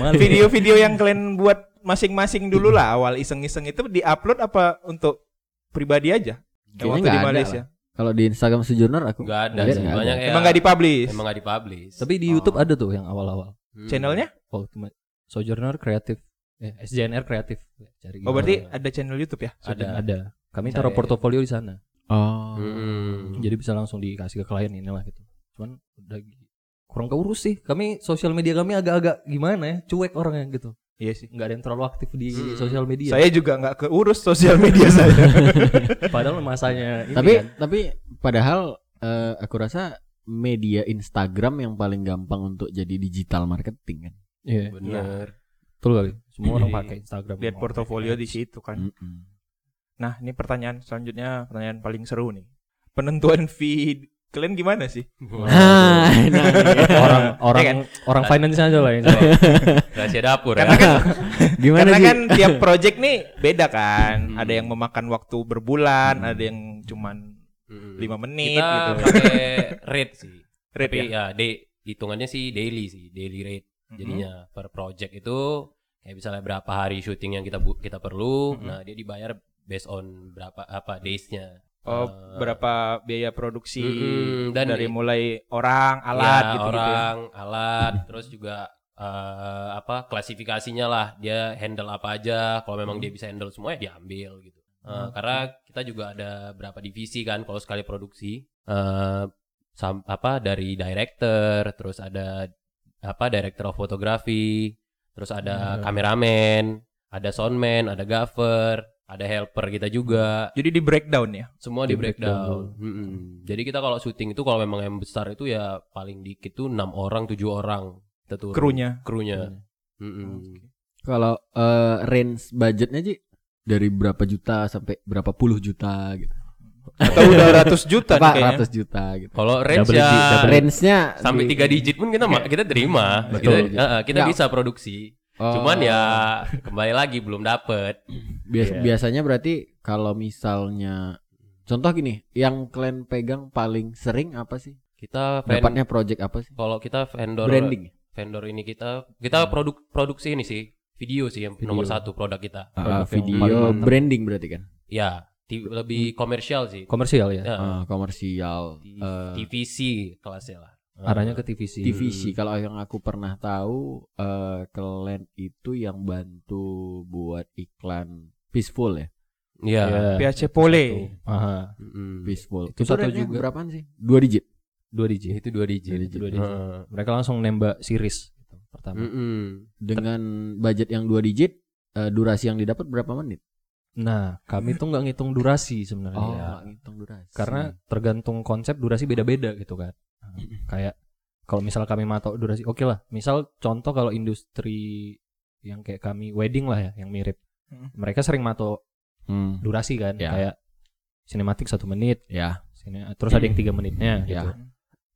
[SPEAKER 4] malu.
[SPEAKER 3] video-video yang kalian buat masing-masing dulu lah awal iseng-iseng itu diupload apa untuk pribadi aja Yang
[SPEAKER 2] Kayaknya
[SPEAKER 3] waktu di
[SPEAKER 2] nggak ada
[SPEAKER 3] Malaysia
[SPEAKER 2] Kalau di Instagram sejurnar aku
[SPEAKER 5] Enggak ada
[SPEAKER 2] Lihat
[SPEAKER 5] sih.
[SPEAKER 2] nggak ada.
[SPEAKER 5] Banyak ya.
[SPEAKER 3] emang nggak dipublish
[SPEAKER 5] Emang nggak dipublish.
[SPEAKER 4] Iya,
[SPEAKER 5] Oh.
[SPEAKER 4] Tapi di YouTube
[SPEAKER 3] Oh.
[SPEAKER 4] ada tuh yang awal-awal.
[SPEAKER 5] Hmm.
[SPEAKER 3] channelnya
[SPEAKER 4] Waktu ma- sojourner kreatif. Eh, SJNR kreatif. Cari
[SPEAKER 3] oh
[SPEAKER 4] gitu.
[SPEAKER 3] berarti
[SPEAKER 2] Iya.
[SPEAKER 3] ada channel YouTube ya
[SPEAKER 4] ada.
[SPEAKER 5] ada.
[SPEAKER 4] ada. Kami taruh
[SPEAKER 5] Cari.
[SPEAKER 4] portofolio di sana.
[SPEAKER 2] Oh.
[SPEAKER 5] Hmm.
[SPEAKER 4] Jadi bisa langsung dikasih ke klien inilah gitu. Cuman udah gi- kurang keurus sih. Kami sosial media kami agak-agak gimana ya, cuek orangnya gitu.
[SPEAKER 3] iya sih
[SPEAKER 4] Nggak ada yang terlalu aktif di
[SPEAKER 5] Hmm.
[SPEAKER 4] sosial
[SPEAKER 2] Iya.
[SPEAKER 4] media.
[SPEAKER 3] saya juga nggak keurus sosial media saya
[SPEAKER 4] Padahal masanya ini
[SPEAKER 2] Tapi
[SPEAKER 4] kan.
[SPEAKER 2] tapi padahal eh, aku rasa media Instagram yang paling gampang untuk jadi digital marketing kan.
[SPEAKER 4] Iya.
[SPEAKER 5] Bener.
[SPEAKER 4] Betul kali. Semua orang
[SPEAKER 3] Jadi,
[SPEAKER 4] pakai Instagram.
[SPEAKER 3] lihat
[SPEAKER 4] Mau
[SPEAKER 3] portofolio di
[SPEAKER 4] pakai
[SPEAKER 3] situ kan
[SPEAKER 2] Mm-mm.
[SPEAKER 3] nah ini pertanyaan selanjutnya pertanyaan paling seru nih penentuan fee kalian gimana sih
[SPEAKER 2] Ah, nah,
[SPEAKER 4] ads. orang orang
[SPEAKER 3] Iya kan?
[SPEAKER 4] orang finance aja lah ya. yang
[SPEAKER 5] Rahasia dapur ya.
[SPEAKER 3] karena kan
[SPEAKER 2] gimana
[SPEAKER 3] Karena
[SPEAKER 2] sih?
[SPEAKER 3] kan tiap project nih beda kan.
[SPEAKER 5] Hmm.
[SPEAKER 3] Ada yang memakan waktu berbulan,
[SPEAKER 2] Hmm.
[SPEAKER 3] ada yang cuman
[SPEAKER 5] Hmm.
[SPEAKER 3] 5 menit
[SPEAKER 5] Kita
[SPEAKER 3] gitu.
[SPEAKER 5] pakai rate sih.
[SPEAKER 3] Rate
[SPEAKER 5] Tapi ya, Mhm. de- hitungannya sih daily sih, daily rate.
[SPEAKER 3] Hmm.
[SPEAKER 5] jadinya per project itu kayak misalnya berapa hari syuting yang kita bu- kita perlu
[SPEAKER 3] Mhm.
[SPEAKER 5] nah dia dibayar based on berapa apa daysnya
[SPEAKER 3] Oh,
[SPEAKER 5] Eh,
[SPEAKER 3] berapa biaya produksi
[SPEAKER 5] Mm-mm, dan
[SPEAKER 3] dari
[SPEAKER 5] i-
[SPEAKER 3] mulai orang,
[SPEAKER 5] ya,
[SPEAKER 3] alat gitu-gitu. ya.
[SPEAKER 5] orang alat terus juga eh, apa klasifikasinya lah dia handle apa aja kalau
[SPEAKER 3] Hmm.
[SPEAKER 5] memang dia bisa handle semua ya diambil gitu Eh, karena kita juga ada berapa divisi kan kalau sekali produksi eh sam- apa dari director terus ada apa director of photography terus ada
[SPEAKER 4] Hmm.
[SPEAKER 5] kameramen ada soundman ada gaffer ada helper kita juga
[SPEAKER 3] Jadi di breakdown ya.
[SPEAKER 5] semua
[SPEAKER 4] Di
[SPEAKER 5] di,
[SPEAKER 4] breakdown. Hmm.
[SPEAKER 5] breakdown, Mm-mm. jadi kita kalau syuting itu kalau memang yang besar itu ya paling dikit tuh enam orang tujuh orang kita turun.
[SPEAKER 3] Krunya.
[SPEAKER 5] krunya
[SPEAKER 4] Iya.
[SPEAKER 5] Mm-mm.
[SPEAKER 2] Kalau eh, range budgetnya Ji dari berapa juta sampai berapa puluh juta gitu.
[SPEAKER 3] Atau udah ratus juta nih
[SPEAKER 2] Apa
[SPEAKER 3] kayaknya.
[SPEAKER 2] 100 juta gitu.
[SPEAKER 5] kalau range
[SPEAKER 4] Double
[SPEAKER 5] ya
[SPEAKER 4] digit, double Iya. digit.
[SPEAKER 2] Range-nya
[SPEAKER 5] sampai
[SPEAKER 2] di-
[SPEAKER 5] tiga digit pun kita ma- kita terima
[SPEAKER 2] Betul.
[SPEAKER 5] kita, eh, eh, kita
[SPEAKER 2] Nggak.
[SPEAKER 5] bisa produksi
[SPEAKER 2] Oh.
[SPEAKER 5] cuman ya kembali lagi belum dapet
[SPEAKER 2] Bias-
[SPEAKER 4] Iya.
[SPEAKER 2] biasanya berarti kalau misalnya contoh gini, yang kalian pegang paling sering apa sih?
[SPEAKER 5] kita fan-
[SPEAKER 2] Dapatnya project apa sih?
[SPEAKER 5] kalau kita vendor
[SPEAKER 2] Branding.
[SPEAKER 5] vendor ini kita kita produk produksi ini sih video sih yang
[SPEAKER 4] Iya. Video.
[SPEAKER 5] nomor satu produk kita
[SPEAKER 2] Ah,
[SPEAKER 4] Produk yang paling
[SPEAKER 2] video
[SPEAKER 4] mantap.
[SPEAKER 2] branding berarti kan?
[SPEAKER 5] ya ti- lebih komersial sih
[SPEAKER 4] Komersial ya.
[SPEAKER 5] Ya,
[SPEAKER 2] Ah, komersial.
[SPEAKER 5] T-
[SPEAKER 2] eh,
[SPEAKER 5] TVC kelasnya lah
[SPEAKER 4] arahnya ke TVC.
[SPEAKER 2] TVC kalau yang aku pernah tahu eh Kelen itu yang bantu buat iklan Peaceful ya
[SPEAKER 5] Iya.
[SPEAKER 4] Iya.
[SPEAKER 3] PAC Pole.
[SPEAKER 4] Aha,
[SPEAKER 5] Mm-mm.
[SPEAKER 2] Peaceful
[SPEAKER 4] Itu satu
[SPEAKER 2] ratenya
[SPEAKER 4] juga.
[SPEAKER 2] berapaan sih dua digit
[SPEAKER 4] dua digit.
[SPEAKER 5] Itu dua Hmm. digit.
[SPEAKER 2] Dua digit.
[SPEAKER 4] Dua digit.
[SPEAKER 5] Heeh.
[SPEAKER 4] Mereka langsung nembak series gitu, pertama.
[SPEAKER 5] Mm-mm.
[SPEAKER 2] dengan budget yang dua digit eh, durasi yang didapat berapa menit
[SPEAKER 4] Nah, kami tuh nggak ngitung durasi sebenarnya.
[SPEAKER 2] oh
[SPEAKER 4] Iya.
[SPEAKER 2] nggak ngitung durasi
[SPEAKER 3] Hmm.
[SPEAKER 4] Karena tergantung konsep durasi beda-beda gitu kan. Nah, Kayak kalau misal kami matok durasi, oke lah. Misal contoh kalau industri yang kayak kami wedding lah ya, yang mirip.
[SPEAKER 3] Mm.
[SPEAKER 4] Mereka sering matok
[SPEAKER 2] Hmm,
[SPEAKER 4] durasi kan,
[SPEAKER 2] Ya.
[SPEAKER 4] kayak sinematik satu menit,
[SPEAKER 2] ya
[SPEAKER 4] sine- terus ada yang tiga
[SPEAKER 3] Hmm.
[SPEAKER 4] menitnya gitu.
[SPEAKER 2] Ya.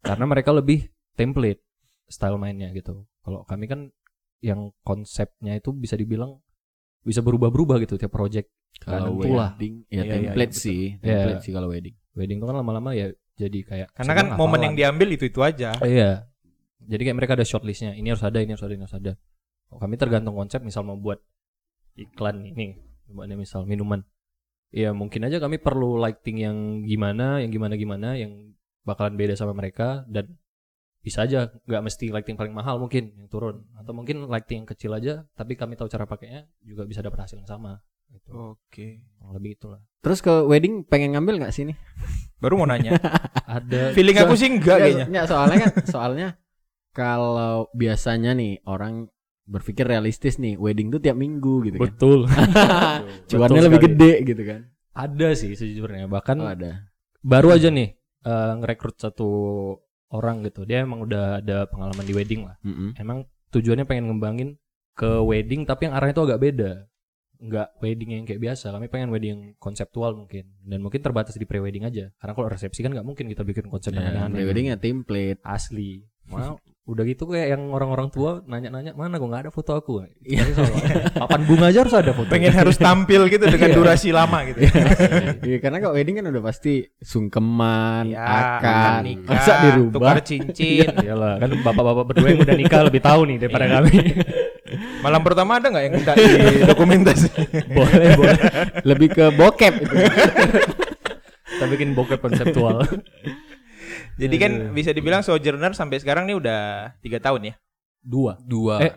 [SPEAKER 4] Karena mereka lebih template style mainnya gitu. Kalau kami kan yang konsepnya itu bisa dibilang bisa berubah-berubah gitu tiap project.
[SPEAKER 2] kalau
[SPEAKER 4] Tentu lah.
[SPEAKER 2] wedding ya
[SPEAKER 4] Iya, iya,
[SPEAKER 2] template
[SPEAKER 4] iya,
[SPEAKER 2] sih template sih kalau wedding
[SPEAKER 4] Wedding itu kan lama-lama ya jadi kayak
[SPEAKER 3] Karena kan
[SPEAKER 4] semua
[SPEAKER 3] momen
[SPEAKER 4] hafalan.
[SPEAKER 3] yang diambil itu itu aja.
[SPEAKER 4] Oh, Iya. Jadi kayak mereka ada shortlistnya. Ini harus ada, ini harus ada, ini harus ada. Kalau kami tergantung konsep. Misal mau buat iklan ini, buat ini misal minuman. Ya mungkin aja kami perlu lighting yang gimana, yang gimana gimana, yang bakalan beda sama mereka dan bisa aja nggak mesti lighting paling mahal mungkin yang turun atau mungkin lighting yang kecil aja tapi kami tahu cara pakainya juga bisa dapat hasil yang sama gitu.
[SPEAKER 3] Oke.
[SPEAKER 4] Kurang lebih itulah
[SPEAKER 2] terus ke wedding pengen ngambil nggak sih nih
[SPEAKER 3] Baru mau nanya.
[SPEAKER 4] ada
[SPEAKER 3] Feeling aku sih enggak
[SPEAKER 2] Nggak,
[SPEAKER 3] kayaknya.
[SPEAKER 2] nggak, soalnya kan soalnya kalau biasanya nih orang berpikir realistis nih wedding tuh tiap minggu gitu kan
[SPEAKER 4] betul
[SPEAKER 2] cuannya lebih
[SPEAKER 4] Betul sekali. Kan
[SPEAKER 2] gede gitu kan
[SPEAKER 4] ada sih sejujurnya bahkan
[SPEAKER 2] oh, ada
[SPEAKER 4] baru aja nih eh, ngerekrut satu orang gitu dia emang udah ada pengalaman di wedding lah
[SPEAKER 2] Mm-mm.
[SPEAKER 4] emang tujuannya pengen ngembangin ke wedding tapi yang arahnya itu agak beda nggak wedding yang kayak biasa kami pengen wedding yang konseptual mungkin dan mungkin terbatas di pre-wedding aja karena kalau resepsi kan nggak mungkin kita bikin konsep yang
[SPEAKER 2] Ya,
[SPEAKER 4] aneh-aneh
[SPEAKER 2] wedding ya template
[SPEAKER 4] asli Wah, udah gitu kayak yang orang-orang tua nanya-nanya mana kok nggak ada foto aku
[SPEAKER 2] Iya.
[SPEAKER 4] Tapi soal- papan bunga aja harus ada foto
[SPEAKER 3] Pengen harus tampil gitu dengan
[SPEAKER 2] Iya.
[SPEAKER 3] durasi lama gitu.
[SPEAKER 2] Iya karena kalau wedding kan udah pasti sungkeman,
[SPEAKER 4] Iya,
[SPEAKER 3] Ya,
[SPEAKER 2] akad,
[SPEAKER 3] nikah,
[SPEAKER 2] masa dirubah.
[SPEAKER 3] tukar cincin.
[SPEAKER 4] Iyalah, kan bapak-bapak berdua yang udah nikah lebih tahu nih
[SPEAKER 2] Iya.
[SPEAKER 4] daripada kami
[SPEAKER 3] Malam pertama ada nggak yang minta di dokumentasi?
[SPEAKER 4] boleh boleh
[SPEAKER 2] Lebih ke bokep itu.
[SPEAKER 4] kita bikin bokep konseptual
[SPEAKER 3] Jadi kan bisa dibilang Sojourner sampai sekarang nih udah tiga tahun ya.
[SPEAKER 4] dua
[SPEAKER 5] Dua.
[SPEAKER 4] Eh,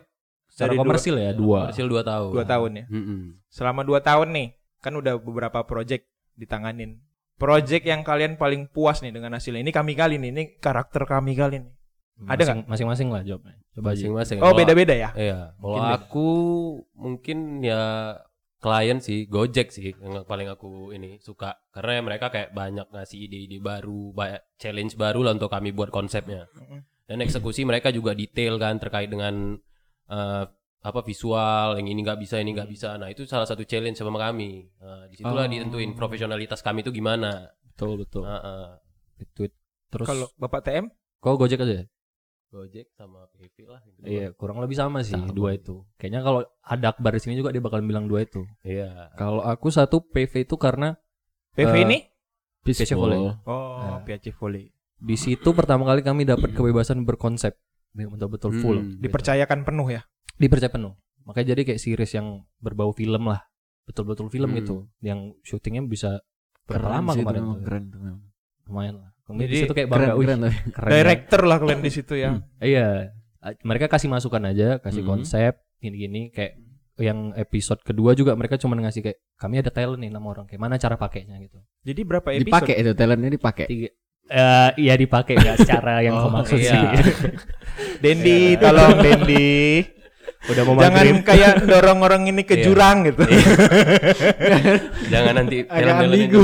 [SPEAKER 4] secara
[SPEAKER 3] Dari
[SPEAKER 4] komersil ya dua
[SPEAKER 5] Hasil dua tahun.
[SPEAKER 3] Dua tahun ya.
[SPEAKER 2] Mm-mm.
[SPEAKER 3] Selama dua tahun nih, kan udah beberapa project ditanganin. Project yang kalian paling puas nih dengan hasilnya. Ini kami kali nih, ini karakter kami kali nih. Ada
[SPEAKER 4] Masing- masing-masing lah jawabnya coba aja
[SPEAKER 5] Masing-masing.
[SPEAKER 3] Oh,
[SPEAKER 5] Kalau-
[SPEAKER 3] beda-beda ya.
[SPEAKER 5] Iya. Kalau
[SPEAKER 4] Mungkin beda.
[SPEAKER 5] aku mungkin ya klien sih, Gojek sih yang paling aku ini suka karena mereka kayak banyak ngasih ide-ide baru, banyak challenge baru lah untuk kami buat konsepnya.
[SPEAKER 3] Mm-mm.
[SPEAKER 5] Dan eksekusi mereka juga detail kan terkait dengan eh, apa visual yang ini nggak bisa ini nggak bisa. Nah itu salah satu challenge sama kami. Nah, disitulah
[SPEAKER 4] Oh.
[SPEAKER 5] ditentuin profesionalitas kami itu gimana.
[SPEAKER 4] betul betul
[SPEAKER 5] Heeh.
[SPEAKER 4] Nah, tweet terus
[SPEAKER 3] Kalau Bapak TM,
[SPEAKER 4] kau gojek aja ya?
[SPEAKER 5] Gojek sama PP lah. gitu.
[SPEAKER 4] iya kurang lebih sama sih
[SPEAKER 5] Sama.
[SPEAKER 4] dua itu kayaknya kalau ada akbar di sini juga dia bakal bilang dua itu
[SPEAKER 5] Iya.
[SPEAKER 4] kalau aku satu pv itu karena
[SPEAKER 3] PV
[SPEAKER 4] Eh,
[SPEAKER 3] ini?
[SPEAKER 4] Peaceful ya?
[SPEAKER 3] Oh,
[SPEAKER 4] eh.
[SPEAKER 3] PAC Volley.
[SPEAKER 4] di situ pertama kali kami dapat kebebasan berkonsep Yang betul-betul full
[SPEAKER 2] Hmm.
[SPEAKER 4] gitu.
[SPEAKER 3] Dipercayakan penuh ya.
[SPEAKER 4] dipercaya penuh makanya jadi kayak series yang berbau film lah betul-betul film
[SPEAKER 2] Hmm.
[SPEAKER 4] gitu yang syutingnya bisa berapa
[SPEAKER 2] Keren
[SPEAKER 4] lama
[SPEAKER 2] sih itu
[SPEAKER 4] kemarin
[SPEAKER 2] memang,
[SPEAKER 4] tuh?
[SPEAKER 2] keren tuh memang.
[SPEAKER 4] lumayan lah kemudian
[SPEAKER 3] Jadi
[SPEAKER 4] di situ kayak
[SPEAKER 2] Keren,
[SPEAKER 4] bangga "Wih,
[SPEAKER 2] keren tapi.
[SPEAKER 4] keren ya."
[SPEAKER 3] Director lah kalian di situ ya.
[SPEAKER 4] iya A- mereka kasih masukan aja kasih
[SPEAKER 2] Hmm.
[SPEAKER 4] konsep gini-gini kayak yang episode kedua juga mereka cuma ngasih kayak kami ada talent nih nama orang kayak mana cara pakainya gitu
[SPEAKER 3] Jadi berapa episode?
[SPEAKER 2] Dipakai itu talentnya dipakai.
[SPEAKER 4] Eh iya dipakai nggak secara yang
[SPEAKER 2] Oh,
[SPEAKER 4] kau maksud
[SPEAKER 5] iya.
[SPEAKER 4] sih
[SPEAKER 3] Dendi, tolong Dendi.
[SPEAKER 4] udah mau
[SPEAKER 3] Iya. Jangan
[SPEAKER 4] maghrib
[SPEAKER 3] kayak dorong orang ini ke
[SPEAKER 5] Iya.
[SPEAKER 3] jurang gitu.
[SPEAKER 5] Jangan nanti
[SPEAKER 2] Agak
[SPEAKER 5] film-film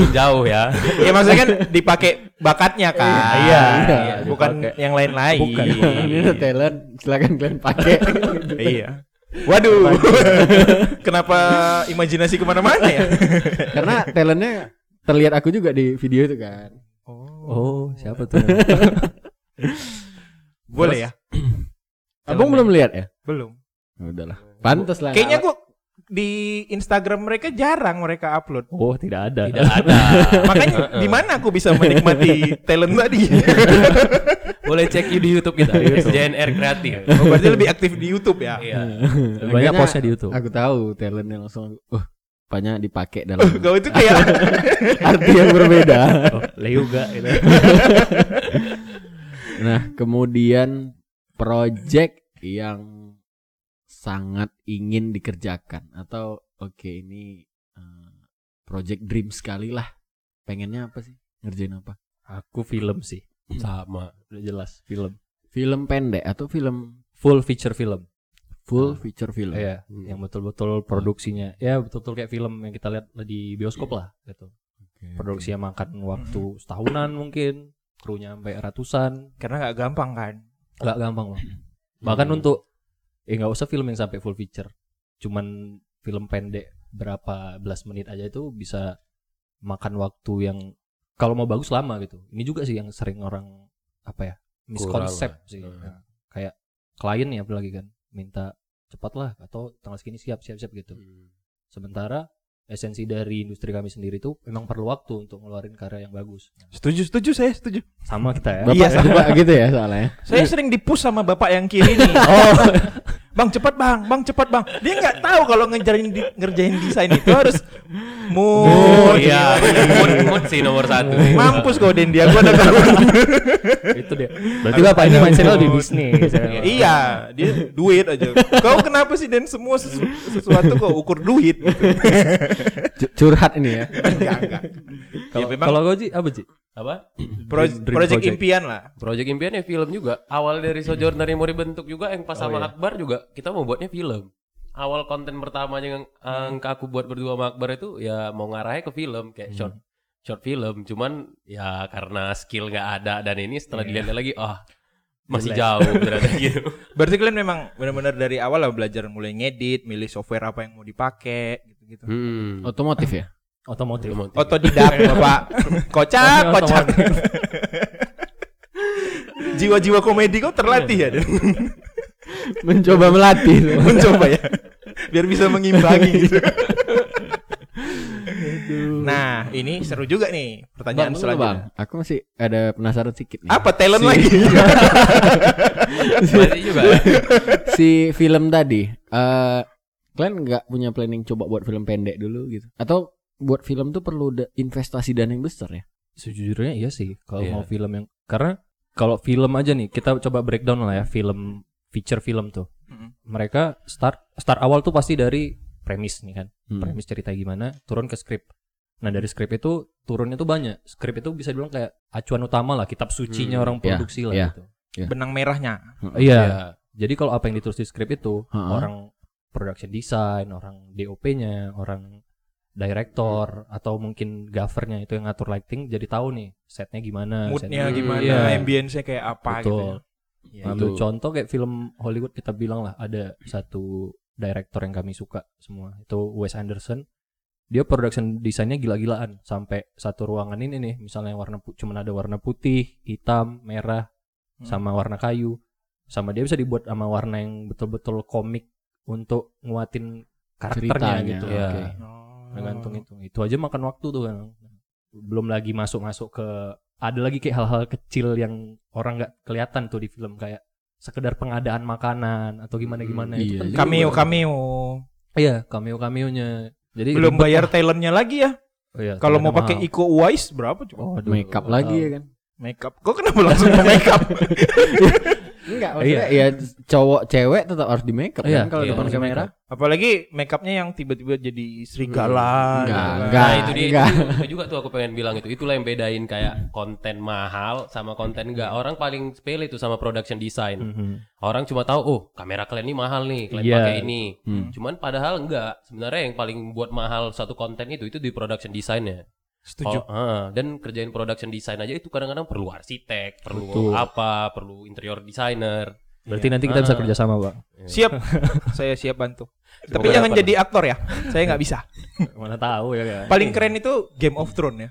[SPEAKER 2] ambigu.
[SPEAKER 5] jauh ya.
[SPEAKER 3] ya maksudnya kan dipakai bakatnya kan.
[SPEAKER 2] Iya,
[SPEAKER 3] Iya,
[SPEAKER 2] iya,
[SPEAKER 3] bukan
[SPEAKER 4] dipakai.
[SPEAKER 3] yang lain-lain.
[SPEAKER 4] Bukan.
[SPEAKER 2] Ini
[SPEAKER 4] iya.
[SPEAKER 2] ada talent, silakan kalian pakai.
[SPEAKER 3] iya. Waduh. Kenapa imajinasi kemana-mana ya?
[SPEAKER 2] Karena talentnya terlihat aku juga di video itu kan.
[SPEAKER 4] oh siapa tuh
[SPEAKER 3] Boleh ya?
[SPEAKER 2] Abang belum lihat ya?
[SPEAKER 3] Belum.
[SPEAKER 2] Udahlah. Pantas lah.
[SPEAKER 3] Kayaknya gua di Instagram mereka jarang mereka upload.
[SPEAKER 4] oh tidak ada
[SPEAKER 5] Tidak ada.
[SPEAKER 3] Makanya di mana aku bisa menikmati talent tadi?
[SPEAKER 5] Boleh cek di YouTube kita, JNR Kreatif.
[SPEAKER 3] Oh, berarti lebih aktif di YouTube ya.
[SPEAKER 5] Iya.
[SPEAKER 4] banyak
[SPEAKER 2] Kayaknya
[SPEAKER 4] postnya di YouTube
[SPEAKER 2] Aku tahu talentnya langsung uh banyak dipakai dalam
[SPEAKER 3] Kau itu kayak
[SPEAKER 2] arti yang berbeda.
[SPEAKER 4] oh, Leo gak gitu.
[SPEAKER 2] Nah, kemudian project yang sangat ingin dikerjakan atau oke ini eh, project dream sekali lah. Pengennya apa sih? Ngerjain apa?
[SPEAKER 4] Aku film sih,
[SPEAKER 5] sama
[SPEAKER 4] udah jelas film.
[SPEAKER 2] Film pendek atau film
[SPEAKER 4] Full feature film.
[SPEAKER 2] full feature film?
[SPEAKER 4] Iya, yang betul-betul produksinya. Ya, betul-betul kayak film yang kita lihat di bioskop lah gitu.
[SPEAKER 2] Oke, oke.
[SPEAKER 4] Produksinya makan waktu setahunan mungkin, krunya sampai ratusan.
[SPEAKER 3] Karena nggak gampang kan.
[SPEAKER 4] Gak gampang loh. Bahkan
[SPEAKER 5] Hmm.
[SPEAKER 4] untuk eh nggak usah film yang sampai full feature. Cuman film pendek berapa belas menit aja itu bisa makan waktu yang kalau mau bagus lama gitu. Ini juga sih yang sering orang apa ya? miskonsep
[SPEAKER 5] lah.
[SPEAKER 4] sih.
[SPEAKER 5] Hmm.
[SPEAKER 4] Nah, kayak klien ya apalagi kan minta cepatlah atau tanggal segini siap siap siap gitu.
[SPEAKER 5] Hmm.
[SPEAKER 4] Sementara esensi dari industri kami sendiri itu memang perlu waktu untuk ngeluarin karya yang bagus.
[SPEAKER 3] Setuju, setuju saya setuju.
[SPEAKER 4] Sama kita ya.
[SPEAKER 2] Bapak
[SPEAKER 3] Iya,
[SPEAKER 2] sama gitu ya soalnya.
[SPEAKER 3] Saya sering dipus sama bapak yang kiri nih.
[SPEAKER 4] Oh,
[SPEAKER 3] Bang cepat bang, bang cepat bang. Dia nggak tahu kalau ngejarin di- ngerjain desain itu harus mood.
[SPEAKER 5] iya mood mood sih nomor satu
[SPEAKER 3] Mampus kau Den dia gua ada-
[SPEAKER 4] itu dia. Berarti Bapak ini mindset-nya lebih bisnis. ya.
[SPEAKER 3] Iya, dia duit aja. Kau kenapa sih Den semua sesu- sesuatu kau ukur duit gitu.
[SPEAKER 2] Cu- Curhat ini ya.
[SPEAKER 3] Enggak, enggak.
[SPEAKER 4] Kalau
[SPEAKER 3] Ya, memang
[SPEAKER 4] kalau kau Ji, apa Ji?
[SPEAKER 5] apa
[SPEAKER 3] pro-
[SPEAKER 4] dream- dream
[SPEAKER 3] project
[SPEAKER 4] project.
[SPEAKER 3] impian lah.
[SPEAKER 5] Project impiannya film juga. Awal dari Sojourner yang mau dibentuk juga yang pas sama Akbar juga kita mau buatnya film. Awal konten pertamanya yang yang eh, aku buat berdua sama Akbar itu ya mau ngarahnya ke film kayak short short film. Cuman ya karena skill nggak ada dan ini setelah dilihat lagi ah masih jauh ternyata gitu.
[SPEAKER 3] Berarti kalian memang benar-benar dari awal lah belajar mulai ngedit, milih software apa yang mau dipakai gitu-gitu.
[SPEAKER 5] Hmm.
[SPEAKER 2] Otomotif ya.
[SPEAKER 4] Otomotif.
[SPEAKER 5] Otomotif.
[SPEAKER 3] Otodidak Bapak. Kocak,
[SPEAKER 4] Otomotif.
[SPEAKER 3] kocak. Jiwa-jiwa komedi kau terlatih ya, Den?
[SPEAKER 2] Mencoba melatih.
[SPEAKER 3] mencoba ya. Biar bisa mengimbangi gitu. nah, ini seru juga nih
[SPEAKER 2] Bang,
[SPEAKER 3] pertanyaan
[SPEAKER 2] tunggu,
[SPEAKER 3] selanjutnya.
[SPEAKER 2] Bang. Aku masih ada penasaran sedikit nih.
[SPEAKER 3] Apa talent lagi?
[SPEAKER 5] Berarti juga.
[SPEAKER 2] si film tadi eh kalian nggak punya planning coba buat film pendek dulu gitu atau buat film tuh perlu da- investasi dana yang besar ya
[SPEAKER 4] Sejujurnya iya sih kalau
[SPEAKER 5] Iya.
[SPEAKER 4] mau film yang karena kalau film aja nih kita coba breakdown lah ya film feature film tuh.
[SPEAKER 3] Mm-mm.
[SPEAKER 4] Mereka start start awal tuh pasti dari premis nih kan.
[SPEAKER 2] Hmm.
[SPEAKER 4] Premis cerita gimana, turun ke skrip. Nah, dari skrip itu turunnya tuh banyak. Skrip itu bisa dibilang kayak acuan utama lah, kitab sucinya
[SPEAKER 5] Hmm.
[SPEAKER 4] orang
[SPEAKER 2] Iya,
[SPEAKER 4] produksi lah
[SPEAKER 2] iya.
[SPEAKER 4] gitu.
[SPEAKER 3] Benang merahnya.
[SPEAKER 4] Iya.
[SPEAKER 5] Ya.
[SPEAKER 4] Jadi kalau apa yang ditulis di skrip itu
[SPEAKER 2] Ha-ha.
[SPEAKER 4] orang production design, orang DOP-nya, orang director atau mungkin governya itu yang ngatur lighting jadi tahu nih setnya gimana,
[SPEAKER 3] Moodnya
[SPEAKER 5] Hmm,
[SPEAKER 3] gimana,
[SPEAKER 5] iya.
[SPEAKER 3] ambience-nya kayak apa gitu.
[SPEAKER 4] Betul.
[SPEAKER 3] ya.
[SPEAKER 5] Ya,
[SPEAKER 4] Ambil Nah, contoh kayak film Hollywood kita bilang lah ada satu director yang kami suka semua itu Wes Anderson. Dia production desainnya gila-gilaan sampai satu ruangan ini nih misalnya warna pu- cuman ada warna putih, hitam, merah
[SPEAKER 3] Hmm.
[SPEAKER 4] sama warna kayu. Sama dia bisa dibuat sama warna yang betul-betul komik untuk nguatin karakternya
[SPEAKER 2] Ceritanya,
[SPEAKER 4] gitu.
[SPEAKER 5] oke.
[SPEAKER 4] Ya,
[SPEAKER 3] Oh.
[SPEAKER 4] tergantung itu. Itu aja makan waktu tuh kan. Belum lagi masuk-masuk ke ada lagi kayak hal-hal kecil yang orang nggak kelihatan tuh di film kayak sekedar pengadaan makanan atau gimana-gimana
[SPEAKER 2] Hmm,
[SPEAKER 4] itu
[SPEAKER 2] iya.
[SPEAKER 4] kan
[SPEAKER 3] Cameo,
[SPEAKER 4] juga.
[SPEAKER 3] cameo.
[SPEAKER 4] Iya, cameo-cameonya. Jadi
[SPEAKER 3] Belum
[SPEAKER 4] ribet
[SPEAKER 3] bayar
[SPEAKER 4] lah.
[SPEAKER 3] talentnya lagi ya.
[SPEAKER 4] Oh iya,
[SPEAKER 3] Kalau mau
[SPEAKER 4] ternyata
[SPEAKER 3] pakai
[SPEAKER 4] mahal. Oh.
[SPEAKER 3] Iko Uwais berapa coba?
[SPEAKER 4] Waduh,
[SPEAKER 2] make up
[SPEAKER 4] nggak
[SPEAKER 2] lagi
[SPEAKER 4] tahu.
[SPEAKER 2] ya kan
[SPEAKER 3] Makeup. Kok kenapa langsung ke makeup?
[SPEAKER 2] enggak
[SPEAKER 4] maksudnya
[SPEAKER 2] ya cowok cewek tetap harus di make up kan
[SPEAKER 4] Iya,
[SPEAKER 2] kalau
[SPEAKER 5] iya,
[SPEAKER 2] depan
[SPEAKER 5] harus
[SPEAKER 2] kamera
[SPEAKER 3] Apalagi makeupnya yang tiba-tiba jadi serigala.
[SPEAKER 2] Hmm,
[SPEAKER 3] gitu
[SPEAKER 2] enggak,
[SPEAKER 3] kan.
[SPEAKER 2] enggak.
[SPEAKER 5] Nah, itu dia
[SPEAKER 2] enggak.
[SPEAKER 5] itu, itu juga tuh aku pengen bilang itu. Itulah yang bedain kayak konten mahal sama konten enggak. Orang paling sepele itu sama production design.
[SPEAKER 4] Mhm.
[SPEAKER 5] Orang cuma tahu, oh kamera kalian ini mahal nih, kalian
[SPEAKER 4] Iya.
[SPEAKER 5] pakai ini.
[SPEAKER 2] Hmm.
[SPEAKER 5] Cuman padahal enggak. Sebenarnya yang paling buat mahal satu konten itu itu di production desainnya.
[SPEAKER 3] Setuju.
[SPEAKER 5] Oh, ah, dan kerjain production design aja itu kadang-kadang perlu arsitek, perlu
[SPEAKER 4] Betul.
[SPEAKER 5] apa, perlu interior designer.
[SPEAKER 4] Berarti nanti kita bisa
[SPEAKER 5] Ah.
[SPEAKER 4] kerja sama, Pak.
[SPEAKER 3] Siap.
[SPEAKER 4] Oh.
[SPEAKER 3] Saya siap bantu. Tapi
[SPEAKER 5] Semoga
[SPEAKER 3] jangan
[SPEAKER 5] dapat.
[SPEAKER 3] jadi aktor ya. Saya nggak bisa.
[SPEAKER 4] Mana tahu ya kan.
[SPEAKER 3] Paling
[SPEAKER 2] Iya.
[SPEAKER 3] keren itu Game of Thrones ya.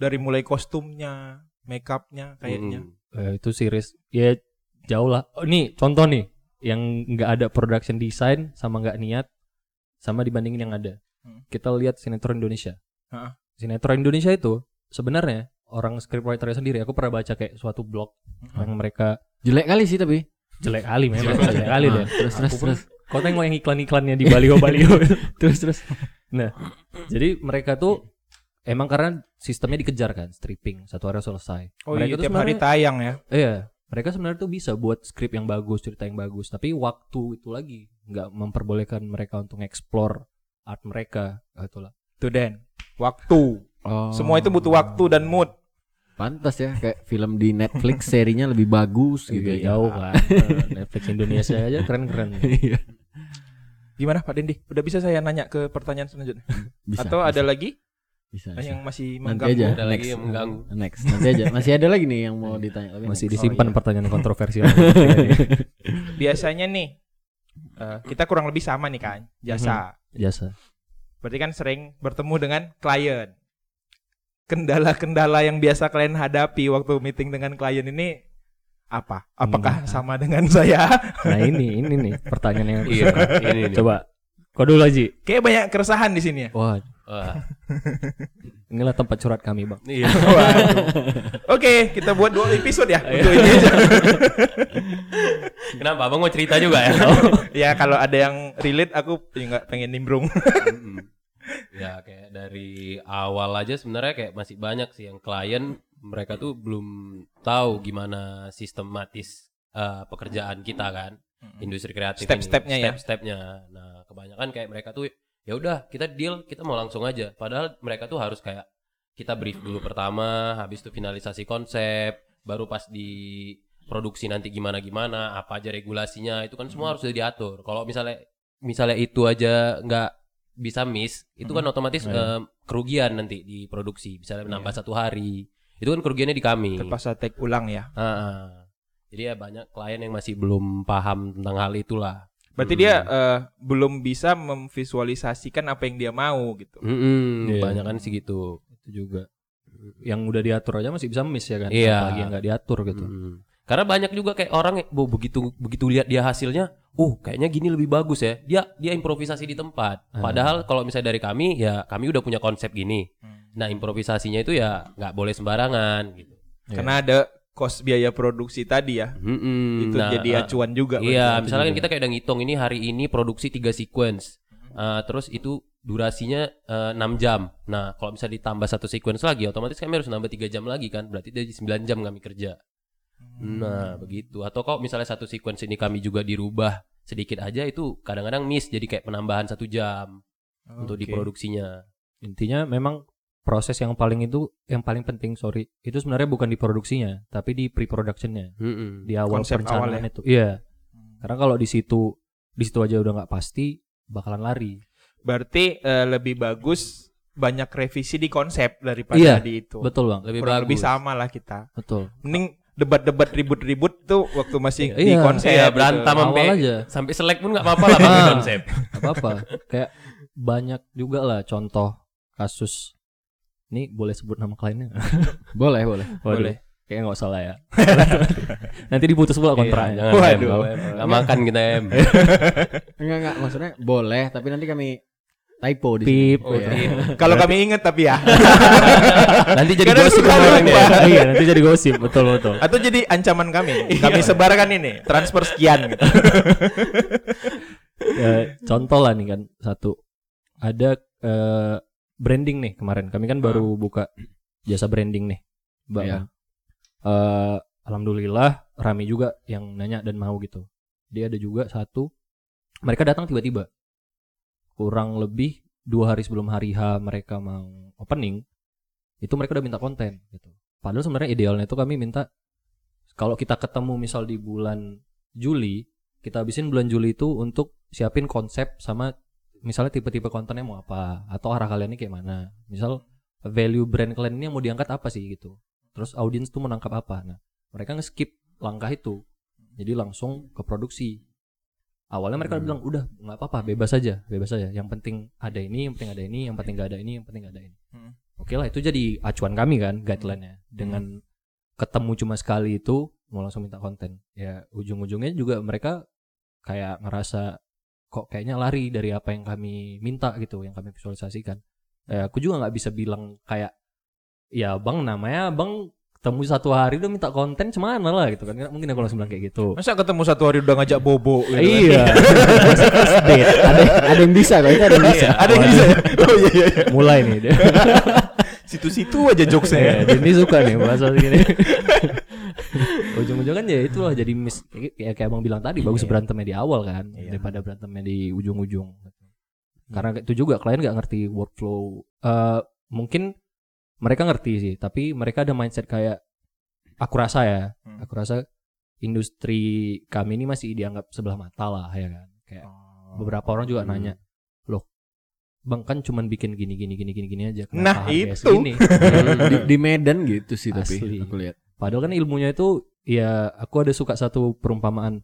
[SPEAKER 3] Dari mulai kostumnya, makeupnya kayaknya.
[SPEAKER 5] Hmm.
[SPEAKER 4] Eh, itu series ya jauh lah. Oh, nih contoh nih yang nggak ada production design sama nggak niat sama dibandingin yang ada.
[SPEAKER 3] Hmm.
[SPEAKER 4] Kita lihat sinetron Indonesia.
[SPEAKER 3] Ha-ha.
[SPEAKER 4] Sinetron Indonesia itu sebenarnya orang scriptwriter sendiri. Aku pernah baca kayak suatu blog
[SPEAKER 2] Hmm.
[SPEAKER 3] Mhm.
[SPEAKER 4] yang mereka
[SPEAKER 2] jelek kali sih tapi
[SPEAKER 4] jelek kali memang jelek kali
[SPEAKER 2] Ah,
[SPEAKER 4] deh.
[SPEAKER 2] terus terus
[SPEAKER 4] Aku pun-
[SPEAKER 2] terus
[SPEAKER 4] Kau tengok yang iklan-iklannya di oh, baliho-baliho terus terus. Nah, jadi mereka tuh emang karena sistemnya dikejar kan, stripping satu hari selesai.
[SPEAKER 3] Oh
[SPEAKER 4] mereka
[SPEAKER 3] iya,
[SPEAKER 4] tuh
[SPEAKER 3] tiap hari
[SPEAKER 4] sebenarnya-
[SPEAKER 3] tayang ya.
[SPEAKER 4] Iya, mereka sebenarnya tuh bisa buat skrip yang bagus cerita yang bagus tapi waktu itu lagi nggak memperbolehkan mereka untuk explore art mereka Nah, itulah
[SPEAKER 3] Tuh Den, waktu.
[SPEAKER 2] Oh.
[SPEAKER 3] Semua itu butuh waktu dan mood.
[SPEAKER 2] Pantas ya kayak film di Netflix serinya lebih bagus gitu
[SPEAKER 4] Lebih
[SPEAKER 2] ya.
[SPEAKER 4] jauh kan Eh, Netflix Indonesia aja keren keren
[SPEAKER 2] Iya.
[SPEAKER 3] Gimana Pak Dendi? Udah bisa saya nanya ke pertanyaan selanjutnya?
[SPEAKER 2] bisa.
[SPEAKER 3] Atau ada lagi
[SPEAKER 2] bisa, bisa.
[SPEAKER 3] yang masih
[SPEAKER 2] nanti
[SPEAKER 3] mengganggu?
[SPEAKER 2] aja
[SPEAKER 5] Ada lagi
[SPEAKER 2] next.
[SPEAKER 5] yang mengganggu.
[SPEAKER 2] Next. Nanti aja. Masih ada lagi nih yang mau ditanya tapi
[SPEAKER 4] masih
[SPEAKER 2] next.
[SPEAKER 4] disimpan
[SPEAKER 2] Oh,
[SPEAKER 4] pertanyaan kontroversial Ini.
[SPEAKER 3] Biasanya nih eh, kita kurang lebih sama nih kan
[SPEAKER 2] Mhm.
[SPEAKER 3] jasa.
[SPEAKER 4] jasa
[SPEAKER 3] Berarti kan sering bertemu dengan klien. Kendala-kendala yang biasa kalian hadapi waktu meeting dengan klien ini apa? Apakah
[SPEAKER 2] Hmm.
[SPEAKER 3] sama dengan saya?
[SPEAKER 4] nah ini ini nih pertanyaan yang aku
[SPEAKER 5] Iya,
[SPEAKER 4] suka.
[SPEAKER 5] ini nih.
[SPEAKER 4] coba kau dulu Ji
[SPEAKER 3] Kayak banyak keresahan di sini ya.
[SPEAKER 4] wah
[SPEAKER 5] Wah,
[SPEAKER 4] inilah tempat curhat kami bang
[SPEAKER 5] iya.
[SPEAKER 3] Waduh. Oke, kita buat dua episode ya. Untuk ini aja.
[SPEAKER 5] Kenapa? Abang mau cerita juga ya?
[SPEAKER 3] ya kalau ada yang relate aku ya nggak pengen nimbrung.
[SPEAKER 5] Iya. Mm-mm. ya kayak dari awal aja sebenarnya kayak masih banyak sih yang klien mereka tuh belum tahu gimana sistematis eh, pekerjaan kita kan industri kreatif ini.
[SPEAKER 3] Step-stepnya ya.
[SPEAKER 5] Step-stepnya. Nah, kebanyakan kayak mereka tuh ya udah kita deal, kita mau langsung aja. Padahal mereka tuh harus kayak kita brief dulu pertama, habis itu finalisasi konsep, baru pas di produksi nanti gimana gimana, apa aja regulasinya, itu kan semua harus udah diatur. Kalau misalnya misalnya itu aja nggak bisa miss, itu kan otomatis eh, kerugian nanti di produksi. Misalnya menambah satu hari, itu kan kerugiannya di kami.
[SPEAKER 3] Terpaksa take ulang ya.
[SPEAKER 5] Ah, ah. Jadi ya banyak klien yang masih belum paham tentang hal itulah.
[SPEAKER 3] Berarti
[SPEAKER 5] Mm.
[SPEAKER 3] dia eh, belum bisa memvisualisasikan apa yang dia mau gitu.
[SPEAKER 5] Mm-mm,
[SPEAKER 4] Iya.
[SPEAKER 5] Banyak kan sih gitu.
[SPEAKER 4] itu juga yang udah diatur aja masih bisa miss ya kan
[SPEAKER 5] Iya. Hmm.
[SPEAKER 4] apalagi yang nggak diatur gitu
[SPEAKER 3] Hmm.
[SPEAKER 5] Mm-mm. Karena banyak juga kayak orang yang, "Bo, begitu begitu lihat dia hasilnya, uh kayaknya gini lebih bagus ya. Dia dia improvisasi di tempat.
[SPEAKER 3] Ah.
[SPEAKER 5] Padahal kalau misalnya dari kami ya kami udah punya konsep gini.
[SPEAKER 3] Hmm.
[SPEAKER 5] Nah improvisasinya itu ya nggak boleh sembarangan gitu.
[SPEAKER 3] Karena ada cost biaya produksi tadi ya.
[SPEAKER 5] Mm-mm.
[SPEAKER 3] Itu
[SPEAKER 5] Nah,
[SPEAKER 3] jadi
[SPEAKER 5] ah,
[SPEAKER 3] acuan juga. Hmm.
[SPEAKER 5] Iya, misalnya kan kita kayak udah ngitung ini hari ini produksi 3 sequence. Uh, terus itu durasinya uh, 6 jam. Nah, kalau misalnya ditambah satu sequence lagi, otomatis kami harus nambah 3 jam lagi kan. Berarti jadi 9 jam kami kerja. Nah, begitu. Atau kalau misalnya satu sequence ini kami juga dirubah sedikit aja itu kadang-kadang miss jadi kayak penambahan satu jam
[SPEAKER 3] Oke.
[SPEAKER 5] untuk di produksinya.
[SPEAKER 4] intinya memang proses yang paling itu yang paling penting sorry itu sebenarnya bukan di produksinya tapi di pre productionnya
[SPEAKER 5] Mm-mm.
[SPEAKER 4] di awal
[SPEAKER 3] Konsep
[SPEAKER 4] perencanaan
[SPEAKER 3] awal ya?
[SPEAKER 4] itu iya karena kalau di situ di situ aja udah nggak pasti bakalan lari
[SPEAKER 3] Berarti eh, lebih bagus banyak revisi di konsep daripada
[SPEAKER 4] Iya,
[SPEAKER 3] di itu.
[SPEAKER 4] betul bang
[SPEAKER 5] Lebih
[SPEAKER 3] Kurang
[SPEAKER 5] bagus.
[SPEAKER 3] lebih sama lah kita.
[SPEAKER 4] betul
[SPEAKER 3] Mending debat-debat ribut-ribut tuh waktu masih di
[SPEAKER 4] Iya,
[SPEAKER 3] konsep.
[SPEAKER 5] Iya,
[SPEAKER 3] gitu.
[SPEAKER 5] berantem
[SPEAKER 4] Awal
[SPEAKER 5] sampai
[SPEAKER 4] aja.
[SPEAKER 5] Eh, sampai selek pun nggak apa-apa lah pakai
[SPEAKER 4] Ah.
[SPEAKER 5] konsep.
[SPEAKER 4] apa apa kayak banyak juga lah contoh kasus ini boleh sebut nama kliennya nggak?
[SPEAKER 2] iya. Boleh, boleh.
[SPEAKER 4] Waduh,
[SPEAKER 3] Boleh.
[SPEAKER 4] kayaknya nggak usah lah ya nanti diputus pula
[SPEAKER 5] Kontra,
[SPEAKER 4] kontraknya
[SPEAKER 5] jangan
[SPEAKER 3] Waduh.
[SPEAKER 5] Em. Nggak makan kita em.
[SPEAKER 2] Enggak, enggak. Maksudnya boleh, tapi nanti kami typo di sini.
[SPEAKER 4] Pip,
[SPEAKER 5] Oh,
[SPEAKER 2] iya.
[SPEAKER 5] iya.
[SPEAKER 3] Kalau kami inget tapi ya.
[SPEAKER 5] Nanti jadi
[SPEAKER 3] Kadang
[SPEAKER 5] gosip
[SPEAKER 3] suka
[SPEAKER 5] sama orang
[SPEAKER 3] lupa.
[SPEAKER 5] ya.
[SPEAKER 4] Oh iya nanti jadi gosip betul betul
[SPEAKER 3] Atau jadi ancaman kami.
[SPEAKER 5] Iya.
[SPEAKER 3] Kami sebarkan ini. Transfer sekian gitu.
[SPEAKER 4] Eh, contoh lah nih kan satu ada eh, branding nih kemarin kami kan baru buka jasa branding nih Mbak. kan.
[SPEAKER 2] Iya.
[SPEAKER 4] Eh, alhamdulillah rame juga yang nanya dan mau gitu dia ada juga satu mereka datang tiba-tiba kurang lebih dua hari sebelum hari H mereka mau opening itu mereka udah minta konten gitu padahal sebenarnya idealnya itu kami minta kalau kita ketemu misal di bulan Juli kita habisin bulan Juli itu untuk siapin konsep sama misalnya tipe-tipe kontennya mau apa atau arah kalian ini kayak mana misal value brand kalian ini yang mau diangkat apa sih gitu terus audiens tuh menangkap apa nah mereka nge-skip langkah itu jadi langsung ke produksi awalnya mereka bilang udah nggak apa-apa bebas aja bebas aja yang penting ada ini yang penting ada ini yang penting gak ada ini yang penting gak ada ini
[SPEAKER 3] Hmm.
[SPEAKER 4] oke lah itu jadi acuan kami kan guideline-nya dengan ketemu cuma sekali itu mau langsung minta konten ya ujung-ujungnya juga mereka kayak ngerasa kok kayaknya lari dari apa yang kami minta gitu yang kami visualisasikan Eh, aku juga nggak bisa bilang kayak ya bang namanya bang ketemu satu hari udah minta konten cuman lah gitu kan Nggak mungkin aku langsung bilang kayak gitu
[SPEAKER 3] Masa ketemu satu hari udah ngajak bobo gitu kan?
[SPEAKER 4] iya
[SPEAKER 2] Ada ada yang bisa, kalau itu ada yang bisa.
[SPEAKER 3] Ada yang bisa. ya? Oh iya iya. iya.
[SPEAKER 4] mulai nih dia.
[SPEAKER 3] Situ-situ aja
[SPEAKER 4] Ya,
[SPEAKER 3] jokesnya.
[SPEAKER 4] Dendi suka nih bahasa gini. Ujung-ujung kan ya itulah jadi miss kayak kayak Abang bilang tadi bagus
[SPEAKER 3] Iya.
[SPEAKER 4] berantemnya di awal kan
[SPEAKER 3] Iya.
[SPEAKER 4] daripada berantemnya di ujung-ujung. Karena itu juga klien nggak ngerti workflow. Eh mungkin mereka ngerti sih, tapi mereka ada mindset kayak aku rasa ya,
[SPEAKER 3] Hmm.
[SPEAKER 4] aku rasa industri kami ini masih dianggap sebelah mata lah ya kan. Kayak
[SPEAKER 3] Oh.
[SPEAKER 4] beberapa orang juga
[SPEAKER 2] Hmm.
[SPEAKER 4] nanya loh bang kan cuman bikin gini gini gini gini gini aja
[SPEAKER 3] Nah,
[SPEAKER 4] harganya
[SPEAKER 3] itu.
[SPEAKER 4] segini?"
[SPEAKER 2] di, di Medan gitu sih
[SPEAKER 4] Asli.
[SPEAKER 2] tapi aku lihat.
[SPEAKER 4] padahal kan ilmunya itu ya aku ada suka satu perumpamaan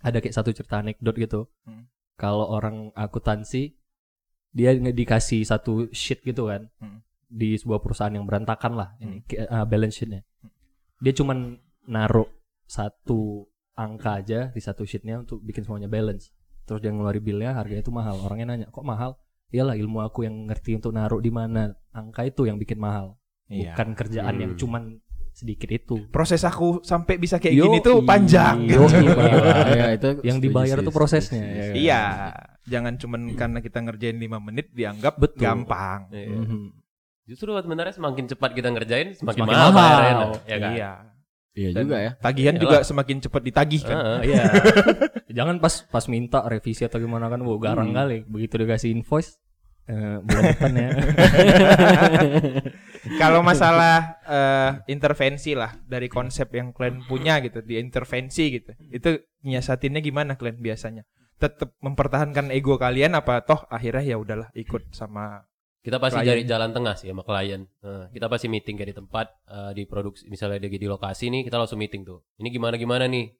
[SPEAKER 4] ada kayak satu cerita anekdot gitu
[SPEAKER 3] Hmm.
[SPEAKER 4] kalau orang akuntansi dia nge- dikasih satu sheet gitu kan
[SPEAKER 3] Hmm.
[SPEAKER 4] di sebuah perusahaan yang berantakan lah ini ke- eh, balance sheetnya
[SPEAKER 3] Hmm.
[SPEAKER 4] dia cuman naruh satu angka aja di satu sheetnya untuk bikin semuanya balance terus dia ngeluarin billnya harganya itu mahal orangnya nanya kok mahal iyalah ilmu aku yang ngerti untuk naruh di mana angka itu yang bikin mahal
[SPEAKER 3] Iya.
[SPEAKER 4] bukan kerjaan yang
[SPEAKER 2] Hmm.
[SPEAKER 4] cuman sedikit itu
[SPEAKER 3] Proses aku sampai bisa kayak
[SPEAKER 4] Yo,
[SPEAKER 3] gini tuh
[SPEAKER 4] i-
[SPEAKER 3] panjang.
[SPEAKER 2] Iya,
[SPEAKER 4] yo, i-
[SPEAKER 2] Ya, itu
[SPEAKER 4] Ah, gitu. Yang
[SPEAKER 2] setuju
[SPEAKER 4] dibayar
[SPEAKER 2] sih,
[SPEAKER 4] tuh
[SPEAKER 2] setuju
[SPEAKER 4] prosesnya,
[SPEAKER 2] sih,
[SPEAKER 4] ya
[SPEAKER 2] setuju.
[SPEAKER 4] kan?
[SPEAKER 3] Iya, jangan cuman karena kita ngerjain 5 menit dianggap
[SPEAKER 4] Betul.
[SPEAKER 3] gampang.
[SPEAKER 5] Iya.
[SPEAKER 4] Mhm.
[SPEAKER 5] Justru sebenarnya semakin cepat kita ngerjain semakin,
[SPEAKER 4] Semakin
[SPEAKER 5] mahal,
[SPEAKER 4] mahal.
[SPEAKER 5] bayarnya, nah, ya kan?
[SPEAKER 3] Iya.
[SPEAKER 2] Iya
[SPEAKER 3] Dan
[SPEAKER 2] juga ya.
[SPEAKER 3] Tagihan
[SPEAKER 5] Iyalah.
[SPEAKER 3] juga semakin cepat ditagih kan.
[SPEAKER 5] Heeh.
[SPEAKER 4] Iya. Jangan pas pas minta revisi atau gimana kan, wow, garang
[SPEAKER 2] Hmm.
[SPEAKER 4] kali. Begitu dikasih invoice eh, bulan depan ya.
[SPEAKER 3] Kalau masalah eh, intervensi lah dari konsep yang kalian punya gitu, diintervensi gitu. Itu nyiasatinnya gimana kalian biasanya? Tetap mempertahankan ego kalian apa toh akhirnya ya udahlah ikut sama
[SPEAKER 5] Kita pasti
[SPEAKER 3] Klien.
[SPEAKER 5] cari jalan tengah sih sama klien. Nah, kita pasti meeting kayak di tempat eh, di produksi misalnya di, di lokasi nih kita langsung meeting tuh. Ini gimana gimana nih?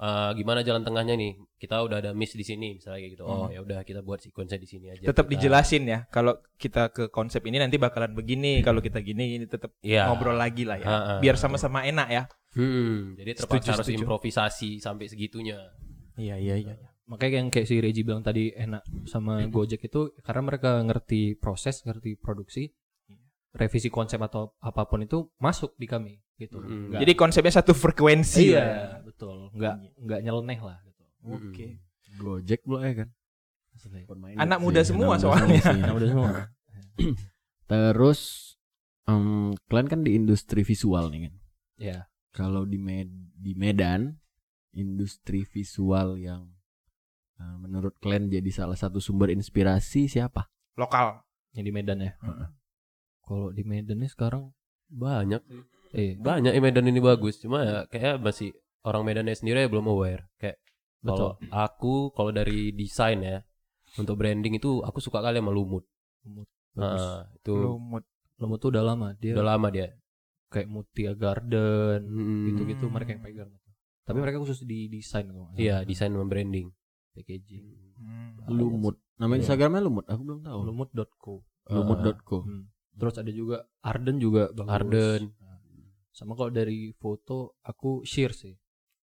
[SPEAKER 5] Eh, gimana jalan tengahnya nih? Kita udah ada miss di sini misalnya kayak gitu. Oh,
[SPEAKER 3] Hmm.
[SPEAKER 5] ya udah kita buat sequence di sini aja.
[SPEAKER 3] tetap
[SPEAKER 5] Kita-
[SPEAKER 3] dijelasin ya kalau kita ke konsep ini nanti bakalan begini, kalau kita gini ini tetap
[SPEAKER 5] Iya.
[SPEAKER 3] ngobrol lagi lah ya.
[SPEAKER 5] Heeh.
[SPEAKER 3] Biar sama-sama enak ya.
[SPEAKER 5] Hmm, jadi terpaksa
[SPEAKER 3] Setuju,
[SPEAKER 5] harus
[SPEAKER 3] setuju.
[SPEAKER 5] improvisasi sampai segitunya.
[SPEAKER 3] Iya iya iya.
[SPEAKER 4] Makanya yang kayak si Reji bilang tadi enak sama Gojek itu karena mereka ngerti proses, ngerti produksi, revisi konsep atau apapun itu masuk di kami gitu. Nggak-
[SPEAKER 5] Mhm.
[SPEAKER 3] Hmm. Jadi konsepnya satu frekuensi.
[SPEAKER 4] iya,
[SPEAKER 3] lah.
[SPEAKER 4] betul. Nggak nggak nyeleneh lah gitu.
[SPEAKER 3] Oke.
[SPEAKER 2] Gojek pula ya kan.
[SPEAKER 4] Asli.
[SPEAKER 2] Iya.
[SPEAKER 3] Anak muda
[SPEAKER 2] Sih,
[SPEAKER 3] semua
[SPEAKER 2] anak muda
[SPEAKER 3] soalnya.
[SPEAKER 2] semua sih.
[SPEAKER 4] Nah, udah semua.
[SPEAKER 2] Terus em, kalian kan di industri visual nih kan.
[SPEAKER 4] Iya.
[SPEAKER 2] Kalau di Med- di Medan industri visual yang eh, menurut kalian jadi salah satu sumber inspirasi siapa?
[SPEAKER 3] Lokal.
[SPEAKER 4] Yang di Medan ya. Kalau di Medan nih sekarang
[SPEAKER 5] Banyak sih.
[SPEAKER 4] eh
[SPEAKER 5] Banyak ya Medan ini bagus, cuma ya kayak masih orang Medannya sendiri ya belum aware. Kayak kalau aku kalau dari desain ya untuk branding itu aku suka kali sama Lumut.
[SPEAKER 4] bagus.
[SPEAKER 5] Heeh, itu
[SPEAKER 3] Lumut.
[SPEAKER 4] Lomo Eh, tuh udah lama dia
[SPEAKER 5] udah lama dia.
[SPEAKER 4] kayak Mutia Garden
[SPEAKER 5] Hmm.
[SPEAKER 4] gitu-gitu mereka yang pegang tapi mereka khusus di desain kalau nggak salah.
[SPEAKER 5] Iya, desain sama branding.
[SPEAKER 4] packaging
[SPEAKER 3] Hmm.
[SPEAKER 2] Lumut. Nama
[SPEAKER 4] Ah, Iya.
[SPEAKER 2] Instagramnya Lumut. Aku belum
[SPEAKER 5] Oh.
[SPEAKER 2] tahu. Eh,
[SPEAKER 4] lumut.co
[SPEAKER 2] Lumut.co.
[SPEAKER 4] Hmm. terus ada juga Arden juga bagus
[SPEAKER 5] Arden.
[SPEAKER 4] Nah. sama kalau dari foto aku Sheer sih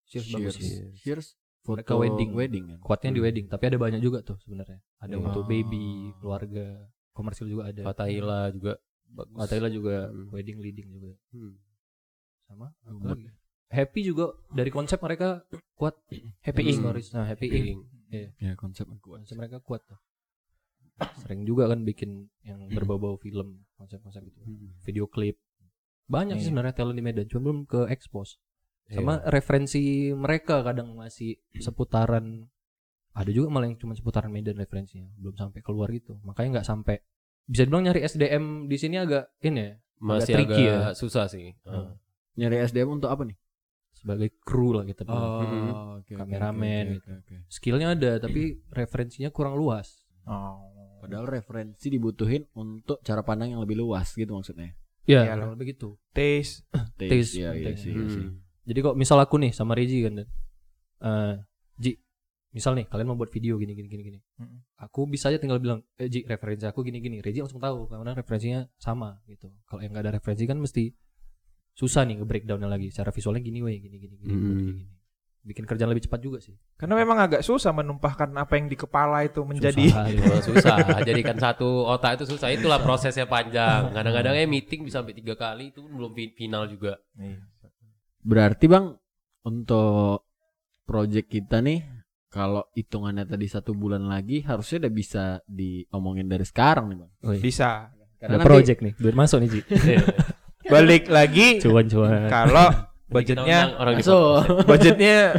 [SPEAKER 4] Sheer bagus sih
[SPEAKER 2] Cheers. Foto
[SPEAKER 4] Mereka wedding.
[SPEAKER 2] wedding kan.
[SPEAKER 4] kuatnya di wedding tapi ada banyak juga tuh sebenarnya ada
[SPEAKER 5] Iya.
[SPEAKER 4] untuk baby keluarga komersil juga ada
[SPEAKER 5] Fatahila juga bagus.
[SPEAKER 4] Fatahila juga
[SPEAKER 5] Hmm.
[SPEAKER 4] wedding leading juga
[SPEAKER 5] Hmm.
[SPEAKER 4] sama apa
[SPEAKER 2] Lumut.
[SPEAKER 4] lagi? Happy juga dari konsep mereka kuat Happy
[SPEAKER 5] Ink.
[SPEAKER 4] Stories. Nah, Happy Ink.
[SPEAKER 5] Ink.
[SPEAKER 2] Ya konsep aku.
[SPEAKER 4] Konsep mereka kuat tuh. Sering juga kan bikin yang berbau-bau film, konsep-konsep gitu. itu.
[SPEAKER 2] Hmm.
[SPEAKER 4] Video klip. Banyak
[SPEAKER 3] Iya.
[SPEAKER 4] sih sebenarnya talent di Medan, cuma belum ke expose. Sama referensi mereka kadang masih seputaran ada juga malah yang cuma seputaran Medan referensinya, belum sampai keluar gitu. Makanya nggak sampai bisa dibilang nyari SDM di sini agak ini ya, Agak
[SPEAKER 5] masih agak,
[SPEAKER 4] tricky ya. Hmm.
[SPEAKER 5] susah sih. Heeh.
[SPEAKER 2] Nyari SDM untuk apa nih? Hmm,
[SPEAKER 4] sebagai kru lah kita bilang.
[SPEAKER 2] Oh.
[SPEAKER 5] Mhm.
[SPEAKER 2] oke, oke,
[SPEAKER 4] Kameramen
[SPEAKER 2] oke,
[SPEAKER 4] gitu.
[SPEAKER 2] oke, oke.
[SPEAKER 4] Skillnya ada tapi referensinya kurang luas.
[SPEAKER 3] Oh.
[SPEAKER 2] Padahal referensi dibutuhin untuk cara pandang yang lebih luas gitu maksudnya.
[SPEAKER 4] Ya,
[SPEAKER 3] Iyalah.
[SPEAKER 4] kurang lebih gitu.
[SPEAKER 3] Taste.
[SPEAKER 2] Taste,
[SPEAKER 4] Taste,
[SPEAKER 2] iya, iya
[SPEAKER 4] penting.
[SPEAKER 2] sih, iya
[SPEAKER 5] Hmm.
[SPEAKER 2] sih.
[SPEAKER 4] Jadi kok misal aku nih sama Reji kan, Dan. Eh, Ji, misal nih kalian mau buat video gini gini gini gini.
[SPEAKER 3] Mm-mm.
[SPEAKER 4] Aku bisa aja tinggal bilang, eh, Ji referensi aku gini gini. Reji langsung tahu karena referensinya sama gitu. Kalau yang nggak ada referensi kan mesti susah nih nge-breakdownnya lagi. Secara visualnya gini weh, gini gini gini,
[SPEAKER 2] Mm.
[SPEAKER 4] gini, gini. Bikin kerjaan lebih cepat juga sih.
[SPEAKER 3] Karena memang agak susah menumpahkan apa yang di kepala itu menjadi
[SPEAKER 4] Susah kali.
[SPEAKER 5] Wah, Iya, susah jadikan satu otak itu susah itulah prosesnya panjang kadang-kadang ya meeting bisa sampai tiga kali itu belum fi- final juga
[SPEAKER 3] Iya.
[SPEAKER 2] Berarti Bang untuk project kita nih kalau hitungannya tadi satu bulan lagi harusnya udah bisa diomongin dari sekarang nih Bang.
[SPEAKER 4] Weh.
[SPEAKER 3] bisa.
[SPEAKER 4] Ada
[SPEAKER 2] Karena nanti-
[SPEAKER 4] project nih, duit masuk nih Ji. Iya.
[SPEAKER 3] Balik lagi
[SPEAKER 4] Cuan-cuan.
[SPEAKER 3] kalau budgetnya
[SPEAKER 5] orang di
[SPEAKER 2] So,
[SPEAKER 3] budgetnya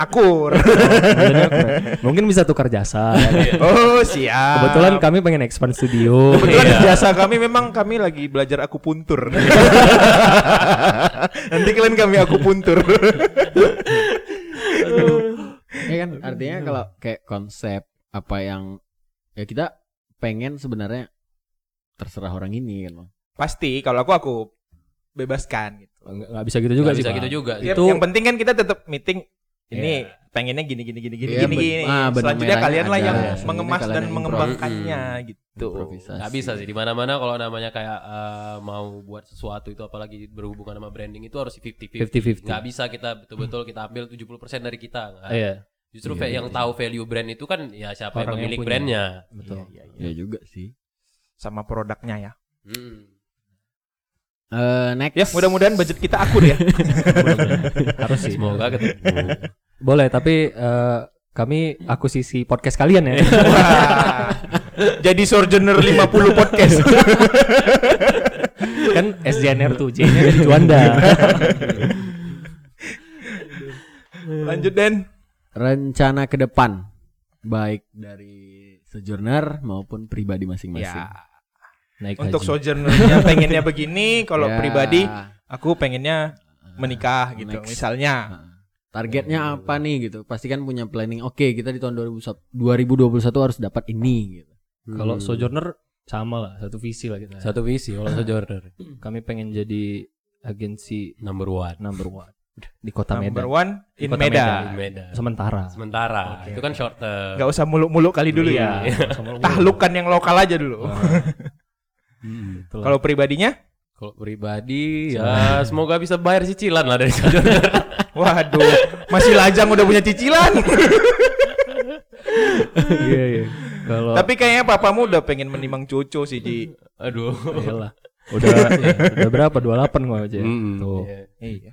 [SPEAKER 3] akur.
[SPEAKER 4] Maksudnya aku, Mungkin bisa tukar jasa. ya kan?
[SPEAKER 3] Oh, siap.
[SPEAKER 4] Kebetulan kami pengen expand studio.
[SPEAKER 3] Kebetulan
[SPEAKER 2] ya.
[SPEAKER 5] Iya.
[SPEAKER 3] jasa kami memang kami lagi belajar aku puntur. Nanti kalian kami aku puntur.
[SPEAKER 2] ya kan artinya kalau kayak konsep apa yang ya kita pengen sebenarnya terserah orang ini kan Bang.
[SPEAKER 3] Pasti kalau aku aku bebaskan gitu.
[SPEAKER 4] Nggak, nggak bisa gitu juga
[SPEAKER 5] Nggak
[SPEAKER 4] sih.
[SPEAKER 5] bisa
[SPEAKER 4] Bang.
[SPEAKER 5] gitu juga sih.
[SPEAKER 3] Ya,
[SPEAKER 4] Itu-
[SPEAKER 3] yang penting kan kita tetap meeting ini pengennya gini gini gini gini
[SPEAKER 2] Iya,
[SPEAKER 3] gini
[SPEAKER 2] ben-
[SPEAKER 3] gini.
[SPEAKER 2] ah, benang
[SPEAKER 3] Selanjutnya
[SPEAKER 2] merahnya
[SPEAKER 3] kalian lah
[SPEAKER 2] ada.
[SPEAKER 3] yang
[SPEAKER 2] Selanjutnya
[SPEAKER 3] mengemas
[SPEAKER 2] kalian
[SPEAKER 3] dan
[SPEAKER 2] yang Hmm.
[SPEAKER 3] mengembangkannya gitu.
[SPEAKER 2] Improvisasi.
[SPEAKER 4] Iya.
[SPEAKER 5] Nggak bisa sih di mana-mana kalau namanya kayak eh, mau buat sesuatu itu apalagi berhubungan sama branding itu harus 50-50.
[SPEAKER 4] 50-50.
[SPEAKER 5] Nggak bisa kita betul-betul kita ambil 70% dari kita. Nggak.
[SPEAKER 4] Iya,
[SPEAKER 5] Justru kayak yang tahu value brand itu kan ya siapa
[SPEAKER 4] Orang
[SPEAKER 5] yang
[SPEAKER 4] yang
[SPEAKER 5] pemilik
[SPEAKER 4] punya.
[SPEAKER 5] brandnya.
[SPEAKER 4] betul.
[SPEAKER 3] Iya, iya, iya.
[SPEAKER 2] ya juga sih
[SPEAKER 3] Sama produknya ya.
[SPEAKER 5] Hmm.
[SPEAKER 2] Eh, next
[SPEAKER 3] Ya, mudah-mudahan budget kita akur ya.
[SPEAKER 4] Harus sih.
[SPEAKER 5] Semoga
[SPEAKER 3] Iya.
[SPEAKER 5] ketemu.
[SPEAKER 4] Boleh, tapi eh, kami akuisisi podcast kalian ya.
[SPEAKER 3] Iya. Wah. Jadi Sojourner 50 podcast.
[SPEAKER 4] kan SJNR tuh, J-nya dari Juanda.
[SPEAKER 3] Iya. Lanjut Den.
[SPEAKER 2] rencana ke depan baik dari sejourner maupun pribadi masing-masing
[SPEAKER 3] Ya,
[SPEAKER 4] Naik
[SPEAKER 3] Untuk
[SPEAKER 4] haji.
[SPEAKER 3] sojournernya pengennya begini, kalau
[SPEAKER 2] Ya,
[SPEAKER 3] pribadi aku pengennya menikah gitu
[SPEAKER 2] Next.
[SPEAKER 3] misalnya.
[SPEAKER 2] Ah, targetnya apa nih gitu pasti kan punya planning oke kita di tahun 2021 harus dapat ini gitu
[SPEAKER 4] Kalau sojourner sama lah, satu visi lah kita.
[SPEAKER 5] satu visi kalau sojourner
[SPEAKER 4] Kami pengen jadi agensi
[SPEAKER 5] number one
[SPEAKER 4] number one di kota
[SPEAKER 3] Number
[SPEAKER 4] Medan.
[SPEAKER 3] one in
[SPEAKER 4] Kota
[SPEAKER 3] Medan.
[SPEAKER 5] Medan.
[SPEAKER 4] Sementara.
[SPEAKER 5] Sementara itu kan short term.
[SPEAKER 3] Gak usah muluk-muluk kali dulu
[SPEAKER 4] Iya.
[SPEAKER 3] ya. Tahlukan yang lokal aja dulu.
[SPEAKER 4] Kalau Hmm.
[SPEAKER 3] Kalau pribadinya,
[SPEAKER 5] Kalau pribadi ya semoga bisa bayar cicilan lah dari sojourner.
[SPEAKER 3] waduh, masih lajang udah punya cicilan.
[SPEAKER 4] iya iya. Kalau
[SPEAKER 3] Tapi kayaknya papamu udah pengen menimang cucu sih Ji.
[SPEAKER 5] Aduh.
[SPEAKER 4] Iyalah. Udah iya udah berapa? 28 gua aja.
[SPEAKER 5] Mm-mm.
[SPEAKER 4] Tuh.
[SPEAKER 5] Iya.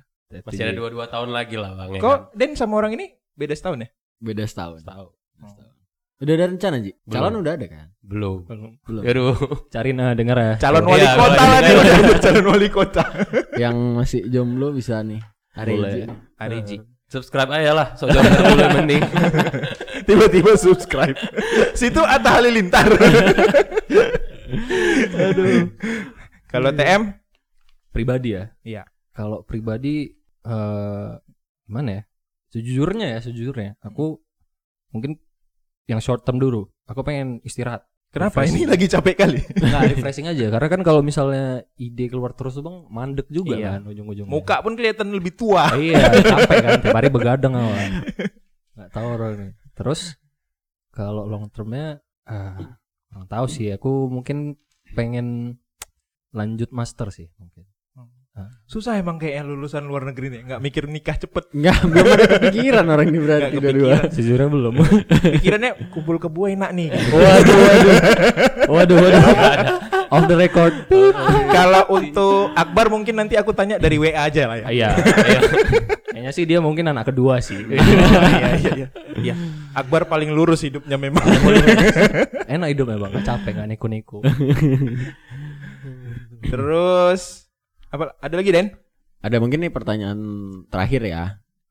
[SPEAKER 3] Iya.
[SPEAKER 5] Masih ada dua-dua tahun lagi lah bang. ya kan?
[SPEAKER 3] Kok Den sama orang ini beda setahun ya?
[SPEAKER 2] beda setahun
[SPEAKER 5] Tahu.
[SPEAKER 2] Beda setahun. udah ada rencana Ji? calon
[SPEAKER 5] Belum.
[SPEAKER 2] udah ada kan
[SPEAKER 5] Belum.
[SPEAKER 2] belum
[SPEAKER 5] Aduh.
[SPEAKER 4] Cari nah dengar ya.
[SPEAKER 3] Calon
[SPEAKER 5] Iya,
[SPEAKER 3] wali
[SPEAKER 5] kalau
[SPEAKER 3] kota
[SPEAKER 5] ada
[SPEAKER 3] lah nih,
[SPEAKER 5] Den.
[SPEAKER 3] udah dapet calon wali kota.
[SPEAKER 2] yang masih jomblo bisa nih hari
[SPEAKER 4] Boleh.
[SPEAKER 2] ini
[SPEAKER 3] Ariji.
[SPEAKER 5] Subscribe aja lah sojourner dulu yang penting.
[SPEAKER 3] Tiba-tiba subscribe. Situ Atta Halilintar. Aduh. Kalau TM?
[SPEAKER 4] Pribadi ya.
[SPEAKER 3] Iya.
[SPEAKER 4] Kalau pribadi eh gimana ya? Sejujurnya ya, sejujurnya
[SPEAKER 3] Hmm.
[SPEAKER 4] aku mungkin yang short term dulu. Aku pengen istirahat.
[SPEAKER 3] Kenapa
[SPEAKER 4] Refreshing.
[SPEAKER 3] ini lagi capek kali?
[SPEAKER 4] Nggak, refreshing aja karena kan kalau misalnya ide keluar terus tuh Bang mandek juga
[SPEAKER 3] Iya.
[SPEAKER 4] kan ujung-ujungnya.
[SPEAKER 3] Muka pun kelihatan lebih tua.
[SPEAKER 4] iya capek kan tiap hari begadang awan nggak tahu orang ini terus kalau long termnya ah, kurang tahu sih aku mungkin pengen lanjut master sih mungkin
[SPEAKER 3] Susah emang kayaknya lulusan luar negeri nih, nggak mikir nikah cepet.
[SPEAKER 2] Enggak, belum ada kepikiran orang ini
[SPEAKER 3] Nggak
[SPEAKER 2] berarti dua-dua.
[SPEAKER 3] kepikiran.
[SPEAKER 4] sejujurnya belum
[SPEAKER 3] Pikirannya kumpul kebo enak nih.
[SPEAKER 4] waduh waduh waduh waduh off the record
[SPEAKER 3] Kalau untuk Akbar mungkin nanti aku tanya dari WA aja lah ya.
[SPEAKER 4] Ah, iya iya. kayaknya sih dia mungkin anak kedua sih
[SPEAKER 3] iya, iya, iya. Iya. Akbar paling lurus hidupnya memang.
[SPEAKER 4] enak hidup emang nggak capek nggak neko-neko
[SPEAKER 3] Terus apa ada lagi Den?
[SPEAKER 2] Ada mungkin nih pertanyaan terakhir ya.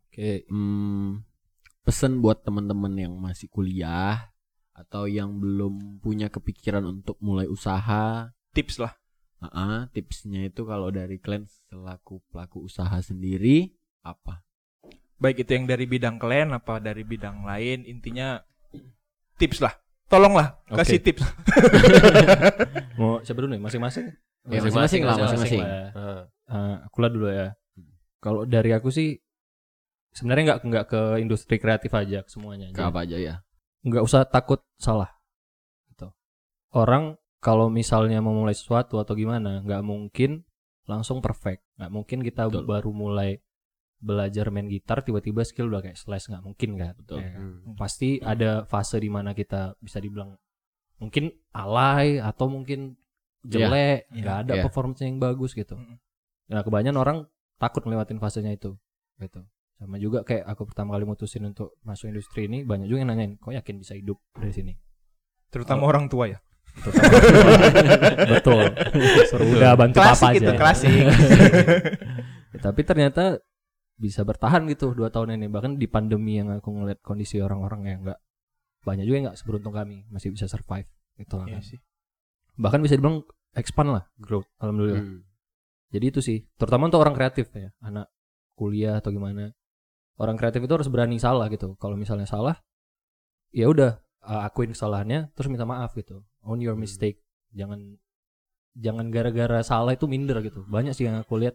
[SPEAKER 4] oke
[SPEAKER 2] Hmm, pesan buat teman-teman yang masih kuliah atau yang belum punya kepikiran untuk mulai usaha.
[SPEAKER 3] Tips lah.
[SPEAKER 2] Ah, tipsnya itu kalau dari kalian selaku pelaku usaha sendiri apa?
[SPEAKER 3] Baik itu yang dari bidang kalian apa dari bidang lain, intinya tips lah. Tolonglah
[SPEAKER 4] Oke.
[SPEAKER 3] kasih tips.
[SPEAKER 4] mau siapa dulu nih masing-masing
[SPEAKER 2] Ya, masing-masing
[SPEAKER 5] Masing-masing
[SPEAKER 2] lah,
[SPEAKER 5] masing-masing
[SPEAKER 2] masing-masing.
[SPEAKER 4] lah.
[SPEAKER 5] Heeh.
[SPEAKER 4] Eh, aku lah dulu ya. Kalau dari aku sih sebenarnya nggak nggak ke industri kreatif aja ke semuanya.
[SPEAKER 2] Ke
[SPEAKER 4] Jadi
[SPEAKER 2] apa aja ya?
[SPEAKER 4] Nggak usah takut salah. Gitu. Orang kalau misalnya mau mulai sesuatu atau gimana, nggak mungkin langsung perfect. Nggak mungkin kita
[SPEAKER 2] Betul.
[SPEAKER 4] baru mulai belajar main gitar tiba-tiba skill udah kayak slash nggak mungkin kan.
[SPEAKER 2] Betul. Iya.
[SPEAKER 4] Ya kan?
[SPEAKER 5] Hmm.
[SPEAKER 4] Pasti ada fase di mana kita bisa dibilang mungkin alay atau mungkin jelek,
[SPEAKER 3] Iya.
[SPEAKER 4] nggak ada
[SPEAKER 2] Iya.
[SPEAKER 4] performance yang bagus gitu.
[SPEAKER 3] Mm.
[SPEAKER 4] Nah, kebanyakan orang takut ngelewatin fasenya itu gitu. Sama juga kayak aku pertama kali mutusin untuk masuk industri ini banyak juga yang nanyain, "Kok yakin bisa hidup dari sini?"
[SPEAKER 3] Terutama orang tua ya.
[SPEAKER 4] Betul. Suruh udah bantu
[SPEAKER 3] klasik
[SPEAKER 4] papa
[SPEAKER 3] itu
[SPEAKER 4] aja.
[SPEAKER 3] klasik
[SPEAKER 4] Ya, tapi ternyata bisa bertahan gitu dua tahun ini bahkan di pandemi yang aku ngeliat kondisi orang-orang yang nggak banyak juga yang nggak seberuntung kami masih bisa survive gitu lah
[SPEAKER 3] Iya
[SPEAKER 4] kan.
[SPEAKER 3] sih.
[SPEAKER 4] bahkan bisa dibilang expand lah growth alhamdulillah
[SPEAKER 5] Hmm.
[SPEAKER 4] jadi itu sih terutama untuk orang kreatif ya anak kuliah atau gimana orang kreatif itu harus berani salah gitu kalau misalnya salah ya udah uh, akuin kesalahannya terus minta maaf gitu own
[SPEAKER 2] Hmm.
[SPEAKER 4] your mistake jangan jangan gara-gara salah itu minder
[SPEAKER 2] Hmm.
[SPEAKER 4] gitu banyak sih yang aku lihat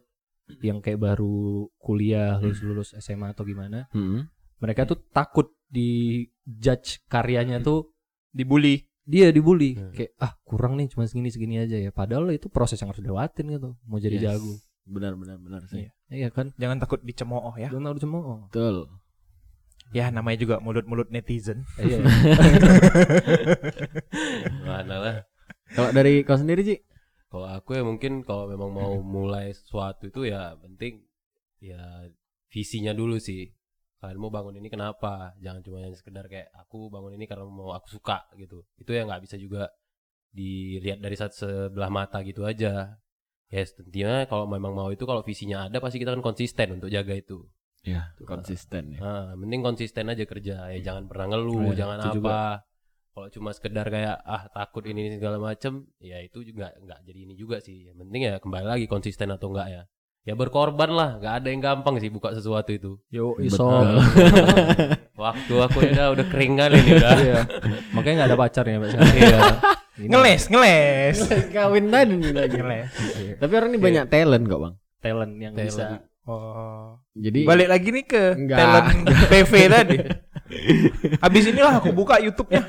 [SPEAKER 4] yang kayak baru kuliah lulus lulus SMA atau gimana
[SPEAKER 2] Hmm. Hmm.
[SPEAKER 4] mereka tuh takut di judge karyanya tuh
[SPEAKER 3] dibully
[SPEAKER 4] dia dibully
[SPEAKER 5] Hmm.
[SPEAKER 4] kayak ah kurang nih cuma segini segini aja ya padahal itu proses yang harus dilewatin gitu mau jadi
[SPEAKER 2] Yes.
[SPEAKER 4] jago
[SPEAKER 2] Benar benar benar sih.
[SPEAKER 4] iya kan
[SPEAKER 3] jangan takut dicemooh ya
[SPEAKER 4] Jangan harus cemooh.
[SPEAKER 2] Betul.
[SPEAKER 3] ya namanya juga mulut-mulut netizen
[SPEAKER 4] Iya.
[SPEAKER 5] Mana lah.
[SPEAKER 2] Kalau dari kau sendiri Ji?
[SPEAKER 5] Kalau aku ya mungkin kalau memang mau mulai sesuatu itu ya penting ya visinya dulu sih. Kalian mau bangun ini kenapa? Jangan cuma yang sekedar kayak aku bangun ini karena mau aku suka gitu. Itu ya nggak bisa juga dilihat dari satu sebelah mata gitu aja. Ya tentunya kalau memang mau itu kalau visinya ada pasti kita kan konsisten untuk jaga itu.
[SPEAKER 2] Ya,
[SPEAKER 5] Tuh,
[SPEAKER 2] konsisten ya.
[SPEAKER 5] Nah, mending konsisten aja kerja. Ya jangan pernah
[SPEAKER 4] Oh,
[SPEAKER 5] ngeluh,
[SPEAKER 4] iya,
[SPEAKER 5] jangan
[SPEAKER 4] itu
[SPEAKER 5] apa.
[SPEAKER 4] juga.
[SPEAKER 5] Kalau cuma sekedar kayak ah takut ini ini segala macem, ya itu juga nggak jadi ini juga sih. Yang penting ya kembali lagi konsisten atau enggak ya. Ya berkorban lah, nggak ada yang gampang sih buka sesuatu itu.
[SPEAKER 4] Yo
[SPEAKER 2] iso.
[SPEAKER 5] Waktu aku ya udah- udah kering kali ini udah.
[SPEAKER 4] Iya. Makanya nggak ada pacar ya Mbak sekarang. Iya. Ini
[SPEAKER 3] ngeles ngeles
[SPEAKER 2] Kawin tadi nih lagi.
[SPEAKER 3] ngeles
[SPEAKER 2] Tapi orang ini banyak talent kok, Bang.
[SPEAKER 4] talent yang bisa
[SPEAKER 5] Talent.
[SPEAKER 3] oh
[SPEAKER 2] Jadi
[SPEAKER 3] balik lagi nih ke
[SPEAKER 2] Iya. Enggak.
[SPEAKER 3] talent PV tadi Abis inilah aku buka YouTube-nya.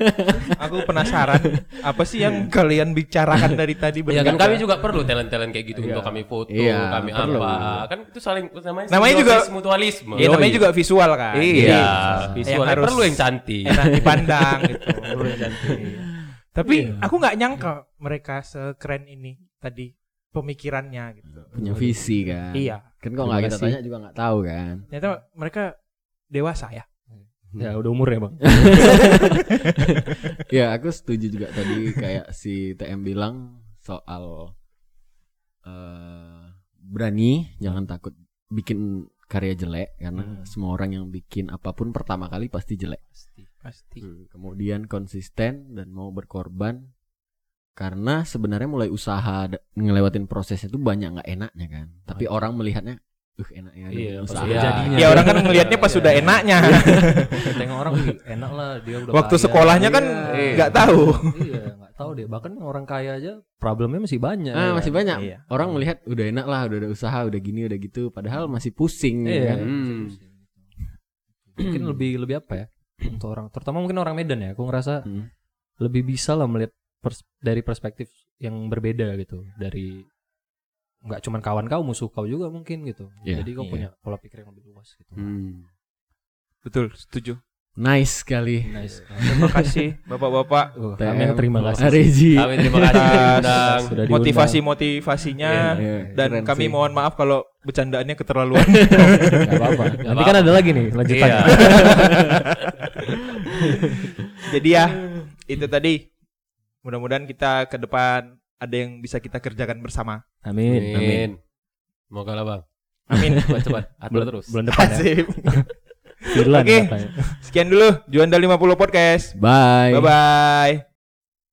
[SPEAKER 3] Aku penasaran apa sih yang kalian bicarakan dari tadi
[SPEAKER 5] Ya kan
[SPEAKER 3] berdua?
[SPEAKER 5] kami juga perlu talent-talent kayak gitu untuk kami foto,
[SPEAKER 2] Iya,
[SPEAKER 5] kami
[SPEAKER 2] perlu.
[SPEAKER 5] apa. Kan itu saling namanya,
[SPEAKER 3] Namanya juga-
[SPEAKER 5] simbiosis mutualisme.
[SPEAKER 3] Ya
[SPEAKER 4] Oh,
[SPEAKER 3] namanya juga visual kan.
[SPEAKER 5] Iya.
[SPEAKER 3] Jadi,
[SPEAKER 4] kan
[SPEAKER 5] Visual
[SPEAKER 3] yang harus
[SPEAKER 5] perlu yang cantik.
[SPEAKER 4] Eh,
[SPEAKER 3] enak dipandang gitu. Tapi
[SPEAKER 2] Iya.
[SPEAKER 3] aku nggak nyangka mereka sekeren ini tadi pemikirannya gitu.
[SPEAKER 5] Iya.
[SPEAKER 2] punya visi kan.
[SPEAKER 3] Iya.
[SPEAKER 2] Kan kok nggak kita
[SPEAKER 4] Terima kasih.
[SPEAKER 2] tanya juga nggak tahu kan.
[SPEAKER 3] Ternyata mereka dewasa ya.
[SPEAKER 4] ya udah umurnya bang.
[SPEAKER 2] Ya aku setuju juga tadi kayak si TM bilang soal eh, berani, jangan takut bikin karya jelek karena semua orang yang bikin apapun pertama kali pasti jelek.
[SPEAKER 3] Pasti.
[SPEAKER 2] Hmm, Kemudian konsisten dan mau berkorban karena sebenarnya mulai usaha da- ngelewatin prosesnya itu banyak nggak enaknya kan. Tapi orang melihatnya, uh enak ya,
[SPEAKER 4] Iya,
[SPEAKER 2] udah
[SPEAKER 4] pas
[SPEAKER 2] usaha.
[SPEAKER 4] udah jadi.
[SPEAKER 3] Ya orang kan ngelihatnya pas
[SPEAKER 5] Iya.
[SPEAKER 3] sudah enaknya.
[SPEAKER 4] Tengok orang "Ih, enak lah dia udah.
[SPEAKER 3] Waktu
[SPEAKER 4] kaya."
[SPEAKER 3] sekolahnya kan
[SPEAKER 5] Iya.
[SPEAKER 3] nggak tahu.
[SPEAKER 4] Iya nggak tahu deh. Bahkan orang kaya aja problemnya masih banyak.
[SPEAKER 2] Ah,
[SPEAKER 4] ya
[SPEAKER 2] masih
[SPEAKER 4] kan?
[SPEAKER 2] banyak.
[SPEAKER 3] Iya.
[SPEAKER 2] Orang melihat udah enak lah, udah ada usaha, udah gini, udah gitu. Padahal masih pusing ya
[SPEAKER 4] Iya.
[SPEAKER 2] kan.
[SPEAKER 5] Hmm.
[SPEAKER 4] Mungkin lebih lebih apa ya untuk orang, terutama mungkin orang Medan ya. Aku ngerasa
[SPEAKER 2] Hmm.
[SPEAKER 4] lebih bisa lah melihat pers- dari perspektif yang berbeda gitu dari nggak cuman kawan kau musuh kau juga mungkin gitu
[SPEAKER 2] Iya,
[SPEAKER 4] jadi kau
[SPEAKER 2] iya.
[SPEAKER 4] punya pola pikir yang lebih luas gitu
[SPEAKER 2] Hmm.
[SPEAKER 3] Betul, setuju.
[SPEAKER 2] Nice sekali.
[SPEAKER 4] nice
[SPEAKER 3] Terima kasih bapak-bapak
[SPEAKER 4] Oh, kami yang terima kasih
[SPEAKER 2] Reji.
[SPEAKER 5] Kami Iya. terima kasih sudah diundang.
[SPEAKER 4] Sudah diundang.
[SPEAKER 3] motivasi-motivasinya
[SPEAKER 2] Iya,
[SPEAKER 3] dan
[SPEAKER 2] keren
[SPEAKER 3] kami
[SPEAKER 2] sih.
[SPEAKER 3] mohon maaf kalau bercandaannya keterlaluan.
[SPEAKER 4] Nggak apa-apa nanti kan
[SPEAKER 5] apa-apa.
[SPEAKER 4] ada lagi nih lanjutannya
[SPEAKER 5] Iya.
[SPEAKER 3] Jadi ya itu tadi. Mudah-mudahan kita ke depan ada yang bisa kita kerjakan bersama.
[SPEAKER 4] amin
[SPEAKER 5] Amin. Semoga lah bang.
[SPEAKER 3] Amin.
[SPEAKER 5] Cepat cepat. Atur
[SPEAKER 4] bulan,
[SPEAKER 5] terus.
[SPEAKER 4] bulan depan ya
[SPEAKER 3] Asik.
[SPEAKER 4] Bulan
[SPEAKER 3] Oke.
[SPEAKER 4] katanya.
[SPEAKER 3] Sekian dulu Juanda 50 Podcast.
[SPEAKER 2] Bye.
[SPEAKER 3] Bye bye.